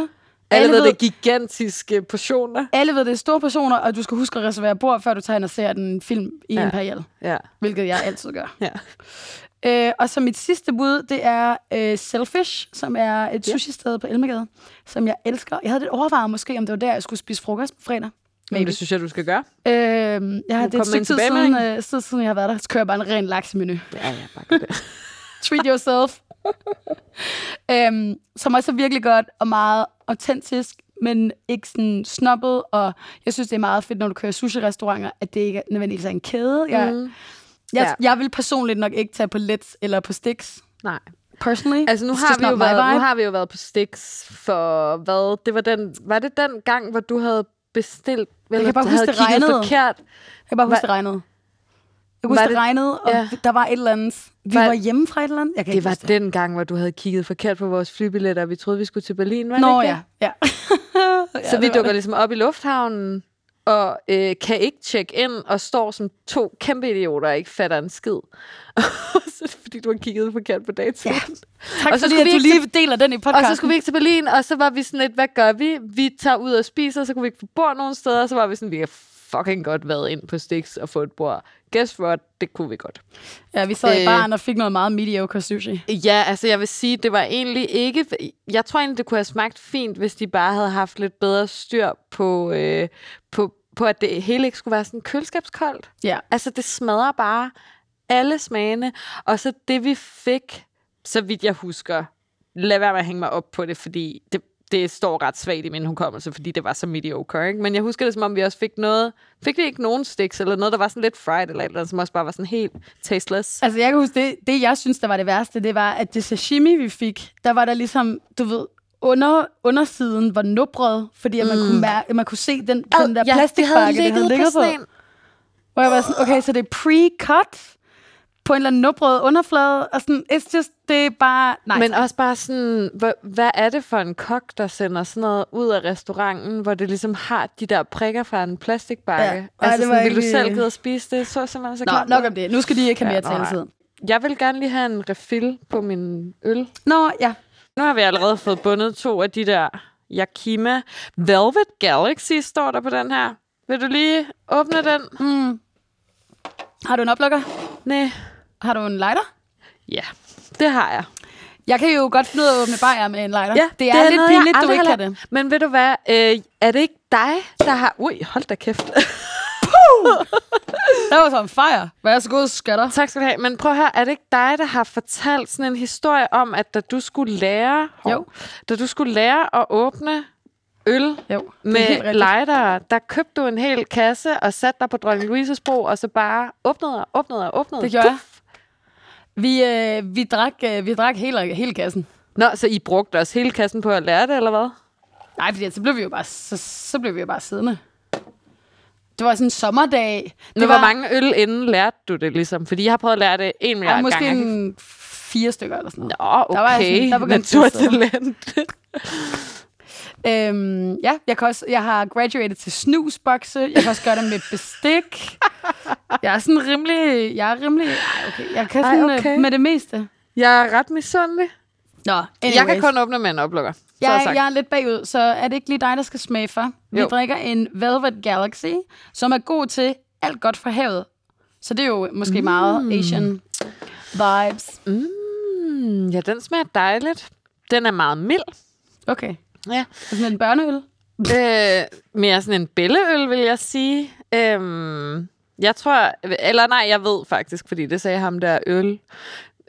[SPEAKER 4] Alle,
[SPEAKER 3] Alle ved det gigantiske portioner.
[SPEAKER 4] alle ved, det er store personer, og du skal huske at reservere bord, før du tager ind og ser den film i ja.
[SPEAKER 3] Ja.
[SPEAKER 4] Imperial.
[SPEAKER 3] Ja.
[SPEAKER 4] Hvilket jeg altid gør.
[SPEAKER 3] ja.
[SPEAKER 4] Øh, og så mit sidste bud, det er øh, Selfish, som er et sushi-sted på Elmegade, som jeg elsker. Jeg havde lidt overvejet måske, om det var der, jeg skulle spise frokost på fredag.
[SPEAKER 3] Men det synes jeg, du skal gøre.
[SPEAKER 4] Øh, jeg har det er
[SPEAKER 3] kommer
[SPEAKER 4] et stykke tid
[SPEAKER 3] tilbage med
[SPEAKER 4] siden, øh, tid siden, jeg har været der. Så kører jeg bare en ren laksemenu.
[SPEAKER 3] Ja, ja, bare gør det.
[SPEAKER 4] Treat
[SPEAKER 3] *laughs*
[SPEAKER 4] yourself. øhm, som også er virkelig godt og meget autentisk, men ikke sådan snobbet. Og jeg synes, det er meget fedt, når du kører sushi-restauranter, at det ikke er nødvendigvis er en kæde. Jeg, mm. Jeg,
[SPEAKER 3] Ja.
[SPEAKER 4] ja. jeg vil personligt nok ikke tage på Let's eller på Stix.
[SPEAKER 3] Nej.
[SPEAKER 4] Personally.
[SPEAKER 3] Altså nu
[SPEAKER 4] It's
[SPEAKER 3] har,
[SPEAKER 4] just
[SPEAKER 3] vi jo
[SPEAKER 4] not my
[SPEAKER 3] været, nu
[SPEAKER 4] vibe.
[SPEAKER 3] har vi jo været på Stix for hvad? Det var den, var det den gang, hvor du havde bestilt, eller
[SPEAKER 4] kan bare
[SPEAKER 3] havde
[SPEAKER 4] huske, det
[SPEAKER 3] kigget
[SPEAKER 4] regnede.
[SPEAKER 3] forkert?
[SPEAKER 4] Jeg kan bare huske,
[SPEAKER 3] Hva-
[SPEAKER 4] det regnede. Jeg kunne huske,
[SPEAKER 3] Var
[SPEAKER 4] det
[SPEAKER 3] det-
[SPEAKER 4] regnede, og
[SPEAKER 3] Ja.
[SPEAKER 4] ja. der var et eller andet. Vi
[SPEAKER 3] Var-
[SPEAKER 4] var, var hjemme fra et eller andet. Jeg kan
[SPEAKER 3] Det
[SPEAKER 4] ikke
[SPEAKER 3] var
[SPEAKER 4] huske
[SPEAKER 3] den gang, hvor du havde kigget forkert på vores flybilletter, og vi troede, vi skulle til Berlin, var det
[SPEAKER 4] Nå
[SPEAKER 3] ikke det?
[SPEAKER 4] ja, ja.
[SPEAKER 3] Så
[SPEAKER 4] det
[SPEAKER 3] vi
[SPEAKER 4] var
[SPEAKER 3] dukker
[SPEAKER 4] det.
[SPEAKER 3] ligesom op i lufthavnen, og øh, kan ikke tjekke ind, og står som to kæmpe idioter og ikke fatter en skid. *laughs* så er det, fordi du har kigget forkert på dato. Ja,
[SPEAKER 4] Tak
[SPEAKER 3] Og så
[SPEAKER 4] fordi,
[SPEAKER 3] skulle
[SPEAKER 4] at
[SPEAKER 3] vi
[SPEAKER 4] du
[SPEAKER 3] ikke
[SPEAKER 4] lige deler den i
[SPEAKER 3] og
[SPEAKER 4] podcasten.
[SPEAKER 3] så skulle vi ikke til Berlin, og så var vi sådan lidt, hvad gør vi? Vi tager ud og spiser, så kunne vi ikke få bord nogen steder, og så var vi sådan, vi har fucking godt været ind på Stix og få et bord. Guess what? Det kunne vi godt.
[SPEAKER 4] Ja, vi sad
[SPEAKER 3] Øh.
[SPEAKER 4] i baren og fik noget meget mediocre sushi.
[SPEAKER 3] Ja, altså jeg vil sige, det var egentlig ikke... Jeg tror egentlig, det kunne have smagt fint, hvis de bare havde haft lidt bedre styr på, øh, på, på at det hele ikke skulle være sådan køleskabskoldt.
[SPEAKER 4] Ja.
[SPEAKER 3] Altså, det smadrer bare alle smagene. Og så det, vi fik, så vidt jeg husker, lad være med at hænge mig op på det, fordi det, det står ret svagt i min hukommelse, fordi det var så mediocre, ikke? Men jeg husker det, som om vi også fik noget... Fik vi ikke nogen stiks, eller noget, der var sådan lidt fried, eller et eller andet, som også bare var sådan helt tasteless?
[SPEAKER 4] Altså, jeg kan huske, det, det jeg synes, der var det værste, det var, at det sashimi, vi fik, der var der ligesom, du ved, under, undersiden var nubret, fordi at man, mm. kunne mær- man kunne se den, på den der
[SPEAKER 3] ja, det
[SPEAKER 4] plastikbakke,
[SPEAKER 3] havde ligget, på. Sådan en,
[SPEAKER 4] Hvor jeg var sådan, okay, så det er pre-cut på en eller anden nubret underflade, og sådan, it's just, det er bare, nej.
[SPEAKER 3] Men
[SPEAKER 4] Men,
[SPEAKER 3] også bare sådan, hvad, hvad er det for en kok, der sender sådan noget ud af restauranten, hvor det ligesom har de der prikker fra en plastikbakke?
[SPEAKER 4] Ja.
[SPEAKER 3] Ja.
[SPEAKER 4] Ej,
[SPEAKER 3] Altså,
[SPEAKER 4] det
[SPEAKER 3] sådan,
[SPEAKER 4] var
[SPEAKER 3] vil du
[SPEAKER 4] ikke-
[SPEAKER 3] selv gå ud og spise det? Så simpelthen så
[SPEAKER 4] Nå,
[SPEAKER 3] klart.
[SPEAKER 4] nok om det. Nu skal de ikke have
[SPEAKER 3] Ja,
[SPEAKER 4] mere
[SPEAKER 3] nå, nej.
[SPEAKER 4] taletid.
[SPEAKER 3] Jeg vil gerne lige have en refill på min øl.
[SPEAKER 4] Nå, ja.
[SPEAKER 3] Nu har vi allerede fået bundet to af de der Yakima Velvet Galaxy, står der på den her. Vil du lige åbne den?
[SPEAKER 4] Mm. Har du en oplukker?
[SPEAKER 3] Nej.
[SPEAKER 4] Har du en lighter?
[SPEAKER 3] Ja, det har jeg.
[SPEAKER 4] Jeg kan jo godt finde ud af at åbne bajer med en lighter. det er, lidt
[SPEAKER 3] noget, jeg
[SPEAKER 4] pinligt, du
[SPEAKER 3] aldrig
[SPEAKER 4] ikke
[SPEAKER 3] har
[SPEAKER 4] kan det.
[SPEAKER 3] lært. Men ved du hvad, øh, er det ikke dig, der har... Ui, hold da kæft. *laughs*
[SPEAKER 4] Der var sådan fire. Vær så god, skatter.
[SPEAKER 3] Tak skal du have. Men prøv at høre, er det ikke dig, der har fortalt sådan en historie om, at da du skulle lære,
[SPEAKER 4] Jo.
[SPEAKER 3] Hov. da du skulle lære at åbne øl
[SPEAKER 4] Jo, det er helt
[SPEAKER 3] med
[SPEAKER 4] rigtigt.
[SPEAKER 3] lighter, der købte du en hel kasse og satte dig på Dronning Louises bro, og så bare åbnede og åbnede og åbnede.
[SPEAKER 4] Det gjorde jeg. Vi, øh, vi drak, øh, vi drak hele, hele kassen.
[SPEAKER 3] Nå, så I brugte også hele kassen på at lære det, eller hvad?
[SPEAKER 4] Nej, fordi så blev vi jo bare, så, så blev vi jo bare siddende. Det var sådan en sommerdag.
[SPEAKER 3] Men
[SPEAKER 4] det
[SPEAKER 3] var...
[SPEAKER 4] var
[SPEAKER 3] hvor mange øl inden lærte du det ligesom? Fordi jeg har prøvet at lære det en
[SPEAKER 4] Ja,
[SPEAKER 3] milliard
[SPEAKER 4] måske
[SPEAKER 3] gange.
[SPEAKER 4] en fire stykker eller sådan noget.
[SPEAKER 3] Nå, okay.
[SPEAKER 4] Der var jeg sådan- der begyndte jeg at sidde.
[SPEAKER 3] Naturtalent.
[SPEAKER 4] Øhm, ja, jeg, kan også, jeg har graduated til snusbokse. Jeg kan også gøre det med bestik. Jeg er sådan rimelig... Jeg er rimelig... Ej, okay. Jeg kan
[SPEAKER 3] Ej,
[SPEAKER 4] sådan
[SPEAKER 3] okay.
[SPEAKER 4] okay. med det meste.
[SPEAKER 3] Jeg er ret misundelig.
[SPEAKER 4] Nå, anyways.
[SPEAKER 3] Jeg kan kun åbne med en oplukker. Så er
[SPEAKER 4] Jeg,
[SPEAKER 3] sagt.
[SPEAKER 4] jeg er lidt bagud, så er det ikke lige dig, der skal smage for? Vi
[SPEAKER 3] Jo.
[SPEAKER 4] drikker en Velvet Galaxy, som er god til alt godt fra havet. Så det er jo måske mm. meget Asian vibes.
[SPEAKER 3] Mm, ja, den smager dejligt. Den er meget mild.
[SPEAKER 4] Okay.
[SPEAKER 3] Ja.
[SPEAKER 4] Sådan en børneøl.
[SPEAKER 3] Øh, mere sådan en bælleøl, vil jeg sige. Øhm, jeg tror... Eller nej, jeg ved faktisk, fordi det sagde ham der øl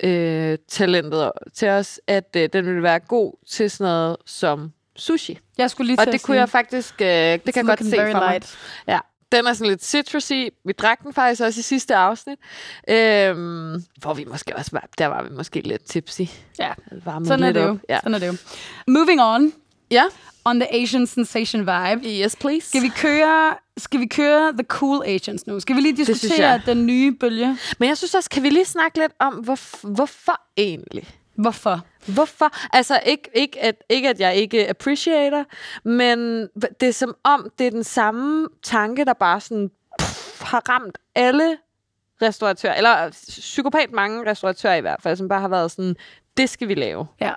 [SPEAKER 3] øh, talentet til os, at øh, den ville være god til sådan noget som sushi.
[SPEAKER 4] Jeg skulle lige
[SPEAKER 3] Og
[SPEAKER 4] til at
[SPEAKER 3] det kunne jeg
[SPEAKER 4] sige,
[SPEAKER 3] faktisk... Øh, det kan jeg
[SPEAKER 4] it's
[SPEAKER 3] godt
[SPEAKER 4] looking
[SPEAKER 3] se
[SPEAKER 4] very
[SPEAKER 3] for mig. Mm.
[SPEAKER 4] light.
[SPEAKER 3] Ja, den er sådan lidt citrusy. Vi drak den faktisk også i sidste afsnit. Øhm, hvor vi måske også var... Der var vi måske lidt tipsy.
[SPEAKER 4] Ja,
[SPEAKER 3] Varmede
[SPEAKER 4] sådan er
[SPEAKER 3] lidt
[SPEAKER 4] det jo.
[SPEAKER 3] op. Ja.
[SPEAKER 4] Sådan er det jo. Moving on,
[SPEAKER 3] ja.
[SPEAKER 4] on the Asian sensation vibe.
[SPEAKER 3] Yes, please.
[SPEAKER 4] Skal vi køre, skal vi køre The Cool Asians nu? Skal vi lige
[SPEAKER 3] synes
[SPEAKER 4] diskutere
[SPEAKER 3] jeg.
[SPEAKER 4] den nye bølge?
[SPEAKER 3] Men jeg synes også, kan vi lige snakke lidt om, hvor, hvorfor egentlig?
[SPEAKER 4] Hvorfor?
[SPEAKER 3] Hvorfor? Altså, ikke, ikke, at, ikke at jeg ikke appreciater, men det er som om, det er den samme tanke, der bare sådan pff, har ramt alle restauratører, eller psykopat mange restauratører i hvert fald, som bare har været sådan, det skal vi lave.
[SPEAKER 4] Ja.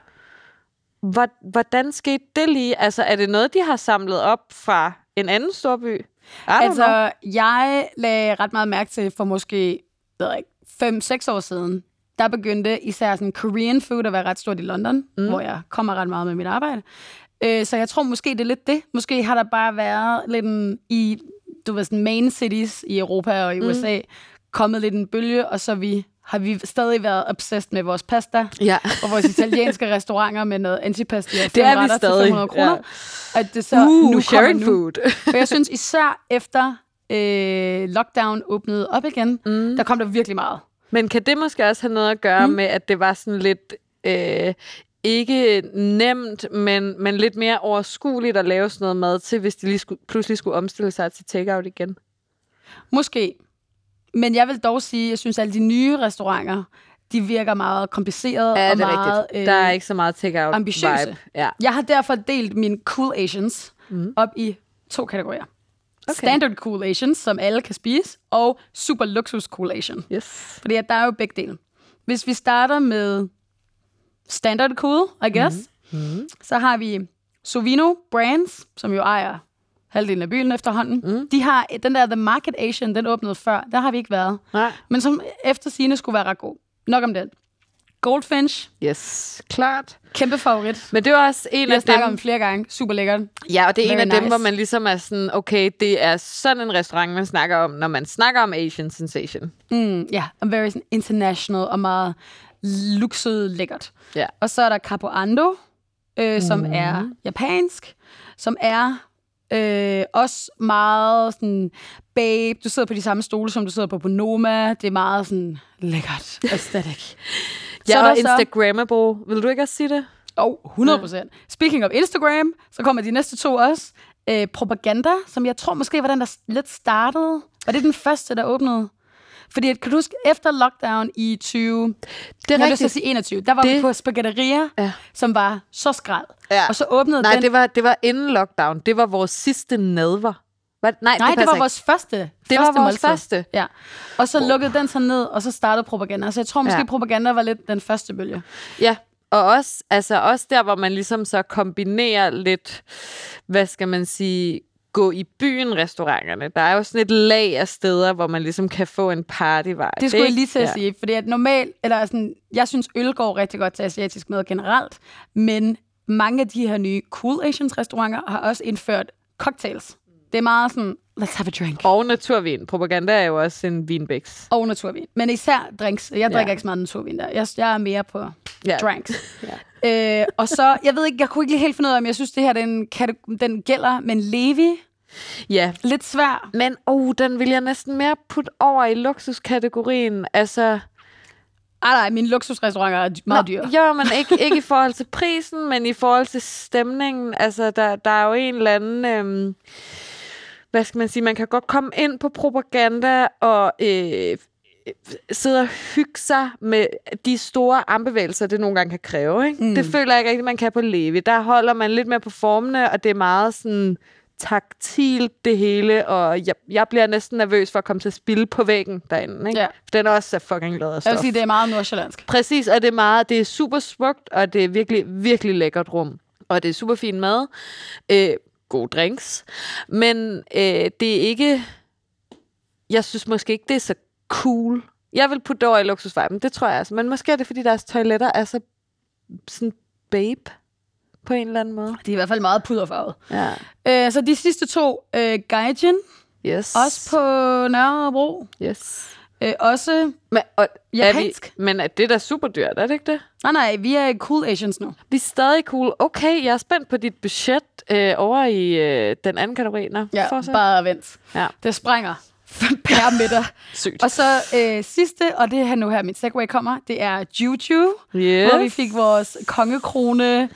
[SPEAKER 3] Hvor- Hvordan skete det lige? Altså, er det noget, de har samlet op fra en anden storby? Altså, know.
[SPEAKER 4] Altså, jeg lagde ret meget mærke til for måske, ved jeg ikke, 5-6 år siden, der begyndte især sådan Korean food at være ret stort i London, mm. hvor jeg kommer ret meget med mit arbejde. Øh, så jeg tror måske, det er lidt det. Måske har der bare været lidt en, i, du ved, sådan main cities i Europa
[SPEAKER 3] Mm.
[SPEAKER 4] og i USA, kommet lidt en bølge, og så vi, har vi stadig været obsessed med vores pasta
[SPEAKER 3] Ja.
[SPEAKER 4] og vores italienske restauranter med noget antipasti
[SPEAKER 3] *laughs*
[SPEAKER 4] og
[SPEAKER 3] Det
[SPEAKER 4] fem
[SPEAKER 3] er vi
[SPEAKER 4] retter til
[SPEAKER 3] stadig,
[SPEAKER 4] 500 kroner.
[SPEAKER 3] ja.
[SPEAKER 4] Og det så nu kommer
[SPEAKER 3] Uh, *laughs* sharing
[SPEAKER 4] nu.
[SPEAKER 3] food.
[SPEAKER 4] For jeg synes især efter øh, lockdown åbnede op igen,
[SPEAKER 3] Mhm.
[SPEAKER 4] mm. der kom der virkelig meget.
[SPEAKER 3] Men kan det måske også have noget at gøre mm. med, at det var sådan lidt... Øh, ikke nemt, men, men lidt mere overskueligt at lave sådan noget mad til, hvis de lige skulle, pludselig skulle omstille sig til takeout igen.
[SPEAKER 4] Måske. Men jeg vil dog sige, at jeg synes, at alle de nye restauranter, de virker meget komplicerede
[SPEAKER 3] Ja,
[SPEAKER 4] og
[SPEAKER 3] det er
[SPEAKER 4] meget... øh,
[SPEAKER 3] rigtigt. Der er ikke så meget øh, takeout
[SPEAKER 4] ambitiøse.
[SPEAKER 3] vibe. Ja. Mhm.
[SPEAKER 4] Jeg har derfor delt mine cool Asians mm. op i to kategorier. Okay. Standard cool Asians, som alle kan spise, og super luksus cool Asian.
[SPEAKER 3] Yes.
[SPEAKER 4] Fordi at der er jo begge dele. Hvis vi starter med standard cool, I guess, mm-hmm. så har vi Sovino Brands, som jo ejer halvdelen af byen efterhånden. Mm. De har den der The Market Asian, den åbnede før. Der har vi ikke været.
[SPEAKER 3] Nej.
[SPEAKER 4] Men som efter sine skulle være ret god. Nok om den. Goldfinch,
[SPEAKER 3] Yes, klart.
[SPEAKER 4] kæmpe favorit.
[SPEAKER 3] Men det var også en
[SPEAKER 4] Jeg
[SPEAKER 3] af dem,
[SPEAKER 4] snakker om flere gange. Super lækkert.
[SPEAKER 3] ja, og det er en
[SPEAKER 4] Very
[SPEAKER 3] af dem,
[SPEAKER 4] nice.
[SPEAKER 3] hvor man ligesom er sådan, okay, det er sådan en restaurant, man snakker om, når man snakker om Asian Sensation.
[SPEAKER 4] Mm, ja, og very sådan international og meget lukset lækkert.
[SPEAKER 3] Ja.
[SPEAKER 4] Og så er der Capoando, øh, som er japansk, som er øh, også meget sådan, babe, du sidder på de samme stole, som du sidder på på Noma. Det er meget sådan lækkert aesthetic.
[SPEAKER 3] Ja,
[SPEAKER 4] er
[SPEAKER 3] og
[SPEAKER 4] der
[SPEAKER 3] Instagrammable. Vil du ikke også sige det?
[SPEAKER 4] Oh, 100 procent. Speaking of Instagram, så kommer de næste to også. Øh, propaganda, som jeg tror måske var den, der s- lidt startede. Var det den første, der åbnede? Fordi at, kan du huske, efter lockdown i 20... Det Jeg vil så
[SPEAKER 3] rigtigt.
[SPEAKER 4] sige 21. Der var det... vi
[SPEAKER 3] Det-
[SPEAKER 4] på Spaghetteria,
[SPEAKER 3] Ja.
[SPEAKER 4] ja. som var så skrald.
[SPEAKER 3] Ja.
[SPEAKER 4] Og så åbnede
[SPEAKER 3] Nej,
[SPEAKER 4] den...
[SPEAKER 3] det var, det var inden lockdown. Det var vores sidste nadver. Hvad? Nej,
[SPEAKER 4] Nej, det,
[SPEAKER 3] passer
[SPEAKER 4] var
[SPEAKER 3] ikke.
[SPEAKER 4] vores første. Det
[SPEAKER 3] Det
[SPEAKER 4] første
[SPEAKER 3] var vores
[SPEAKER 4] måltid.
[SPEAKER 3] første.
[SPEAKER 4] Ja. Og så lukkede den sig ned, og så startede propaganda. Så jeg tror måske,
[SPEAKER 3] Ja.
[SPEAKER 4] ja. propaganda var lidt den første bølge.
[SPEAKER 3] Ja, og også, altså også der, hvor man ligesom så kombinerer lidt, hvad skal man sige, gå i byen restauranterne. Der er jo sådan et lag af steder, hvor man ligesom kan få en partyvej.
[SPEAKER 4] Det skulle jeg
[SPEAKER 3] ikke?
[SPEAKER 4] lige til at sige, fordi at normalt, eller sådan, jeg synes øl går rigtig godt til asiatisk mad generelt, men mange af de her nye Cool Asians restauranter har også indført cocktails. Det er meget sådan, let's have a drink.
[SPEAKER 3] Og naturvin. Propaganda er jo også en vinbæks.
[SPEAKER 4] Og naturvin. Men især drinks. Jeg drikker ja. ikke så meget naturvin der. Jeg, jeg er mere på
[SPEAKER 3] Ja.
[SPEAKER 4] ja. drinks. ja. Øh, og så, jeg ved ikke, jeg kunne ikke lige helt finde ud af, om jeg synes, det her den, kate- den gælder, men Levi,
[SPEAKER 3] Ja,
[SPEAKER 4] lidt svær.
[SPEAKER 3] men oh, den vil jeg næsten mere putte over i luksuskategorien. Altså,
[SPEAKER 4] Ej, Ah, nej, mine luksusrestauranter er dy- meget dyre.
[SPEAKER 3] Jo, men ikke, ikke i forhold til prisen, men i forhold til stemningen. Altså, der, der er jo en eller anden... Øhm, hvad skal man sige? Man kan godt komme ind på propaganda og øh, sidde og hygge sig med de store armbevægelser, det nogle gange kan kræve. Ikke? Mm. Det føler jeg ikke rigtigt, man kan på Levi. Der holder man lidt mere på formene, og det er meget sådan taktilt det hele, og jeg, jeg bliver næsten nervøs for at komme til at spille på væggen derinde. Ikke?
[SPEAKER 4] Ja.
[SPEAKER 3] Den er også fucking lavet af
[SPEAKER 4] Jeg
[SPEAKER 3] stof.
[SPEAKER 4] vil sige, det er meget nordsjællandsk.
[SPEAKER 3] Præcis, og det er meget, det er super smukt, og det er virkelig, virkelig lækkert rum. Og det er super fin mad. Øh, gode drinks. Men øh, det er ikke... Jeg synes måske ikke, det er så cool. Jeg vil putte det over i luksusviben, det tror jeg altså. Men måske er det, fordi deres toiletter er så sådan babe på en eller anden måde.
[SPEAKER 4] Det er i hvert fald meget puderfarvet.
[SPEAKER 3] Ja.
[SPEAKER 4] Øh, så de sidste to, øh, Gaijin,
[SPEAKER 3] Yes.
[SPEAKER 4] også på Nørrebro,
[SPEAKER 3] Yes.
[SPEAKER 4] øh, også...
[SPEAKER 3] Men, og, Er
[SPEAKER 4] Japansk.
[SPEAKER 3] vi, men er det da super dyrt, er det ikke det?
[SPEAKER 4] Nej, nej, vi er cool Asians nu.
[SPEAKER 3] Vi er stadig cool. Okay, jeg er spændt på dit budget øh, over i øh, den anden kategori. Nå,
[SPEAKER 4] Ja,
[SPEAKER 3] fortsæt.
[SPEAKER 4] bare vent.
[SPEAKER 3] Ja.
[SPEAKER 4] Det sprænger *laughs* per middag.
[SPEAKER 3] Sygt.
[SPEAKER 4] Og så øh, sidste, og det er her nu her, min segway kommer, det er Juju,
[SPEAKER 3] Yes.
[SPEAKER 4] hvor vi fik vores kongekrone øh,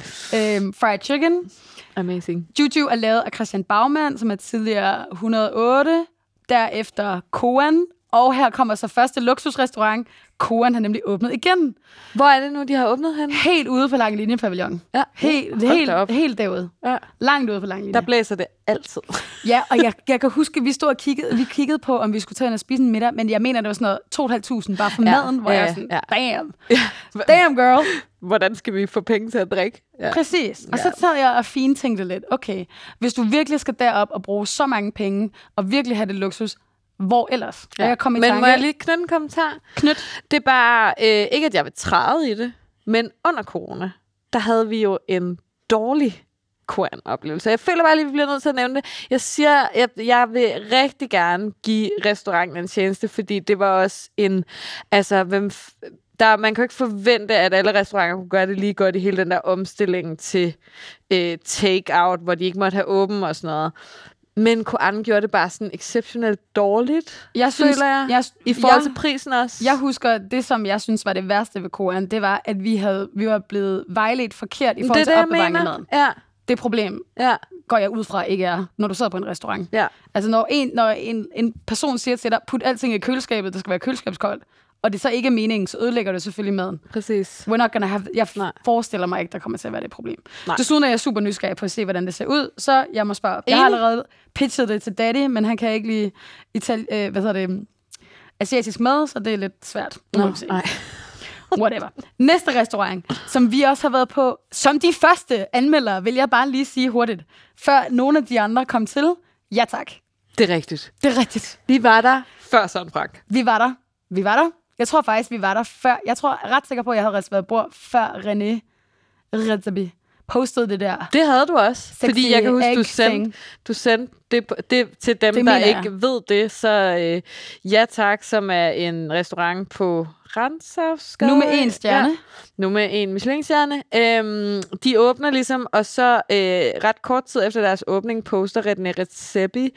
[SPEAKER 4] fried chicken.
[SPEAKER 3] Amazing.
[SPEAKER 4] Juju er lavet af Christian Baumann, som er tidligere 108, derefter Koan, og her kommer så første luksusrestaurant. Koan har nemlig åbnet igen.
[SPEAKER 3] Hvor er det nu, de har åbnet henne?
[SPEAKER 4] Helt ude på Lange Linje Pavillon.
[SPEAKER 3] Ja.
[SPEAKER 4] Helt,
[SPEAKER 3] Hold
[SPEAKER 4] helt,
[SPEAKER 3] da op.
[SPEAKER 4] helt derude.
[SPEAKER 3] Ja.
[SPEAKER 4] Langt ude på Lange
[SPEAKER 3] Der
[SPEAKER 4] Linje.
[SPEAKER 3] blæser det altid. *laughs*
[SPEAKER 4] Ja, og jeg, jeg kan huske, at vi stod og kiggede, vi kiggede på, om vi skulle tage ind og spise en middag, men jeg mener, det var sådan noget 2.500 bare for
[SPEAKER 3] Ja,
[SPEAKER 4] maden, hvor
[SPEAKER 3] ja,
[SPEAKER 4] jeg var sådan,
[SPEAKER 3] ja.
[SPEAKER 4] damn, damn girl.
[SPEAKER 3] Hvordan skal vi få penge til at drikke? Ja.
[SPEAKER 4] Præcis. Og så sad jeg og fintænkte lidt, okay, hvis du virkelig skal derop og bruge så mange penge, og virkelig have det luksus, hvor ellers? Ja. Og jeg kom i
[SPEAKER 3] men
[SPEAKER 4] tanke,
[SPEAKER 3] må jeg lige knytte en kommentar?
[SPEAKER 4] knyt,
[SPEAKER 3] Det er bare, øh, ikke at jeg vil træde i det, men under corona, der havde vi jo en dårlig Koran-oplevelse. Jeg føler bare lige, vi bliver nødt til at nævne det. Jeg siger, jeg, jeg vil rigtig gerne give restauranten en tjeneste, fordi det var også en, altså, hvem, f- der, man kan jo ikke forvente, at alle restauranter kunne gøre det lige godt i hele den der omstilling til øh, take-out, hvor de ikke måtte have åben og sådan noget. Men Koan gjorde det bare sådan exceptionelt dårligt,
[SPEAKER 4] Jeg synes-
[SPEAKER 3] føler jeg.
[SPEAKER 4] jeg-
[SPEAKER 3] I forhold
[SPEAKER 4] jeg-
[SPEAKER 3] til prisen også.
[SPEAKER 4] Jeg husker, det som jeg synes var det værste ved koraen, det var, at vi, havde, vi var blevet vejledt forkert i forhold til opbevaring af maden.
[SPEAKER 3] Ja,
[SPEAKER 4] Det problem
[SPEAKER 3] ja,
[SPEAKER 4] går jeg ud fra ikke er, når du sidder på en restaurant.
[SPEAKER 3] ja.
[SPEAKER 4] Altså når en, når en, en person siger til dig, put alting i køleskabet, det skal være køleskabskoldt, og det så ikke er meningen, så ødelægger det selvfølgelig maden.
[SPEAKER 3] Præcis.
[SPEAKER 4] We're not gonna have... Jeg
[SPEAKER 3] Nej.
[SPEAKER 4] Nej. forestiller mig ikke, der kommer til at være det problem.
[SPEAKER 3] Nej.
[SPEAKER 4] Nej. Desuden er jeg super nysgerrig på at se, hvordan det ser ud, så jeg må spørge op. Jeg har
[SPEAKER 3] Enig.
[SPEAKER 4] allerede pitchet det til daddy, men han kan ikke lide itali- øh, hvad hedder det, asiatisk mad, så det er lidt svært. Nu må vi se.
[SPEAKER 3] nej.
[SPEAKER 4] *laughs* Whatever. Næste restaurant, som vi også har været på, som de første anmeldere, vil jeg bare lige sige hurtigt, før nogle af de andre kom til. Ja tak.
[SPEAKER 3] Det er rigtigt.
[SPEAKER 4] Det er rigtigt.
[SPEAKER 3] Vi var der før Søren Frank.
[SPEAKER 4] Vi var der. Vi var der. Jeg tror faktisk, vi var der før. Jeg tror jeg er ret sikker på, at jeg havde reserveret bord, før René Redzabi postede det der.
[SPEAKER 3] Det havde du også. Sexy fordi jeg kan huske, du
[SPEAKER 4] egg
[SPEAKER 3] sendte,
[SPEAKER 4] thing.
[SPEAKER 3] du sendte det, på- det til dem, det
[SPEAKER 4] Det
[SPEAKER 3] der
[SPEAKER 4] mener jeg.
[SPEAKER 3] ikke ved det. Så øh, Ja Tak, som er en restaurant på Rensafsgade.
[SPEAKER 4] Nu med én stjerne.
[SPEAKER 3] Ja. Nu med en Michelin-stjerne. Øhm, de åbner ligesom, og så øh, ret kort tid efter deres åbning poster Redne Redzepi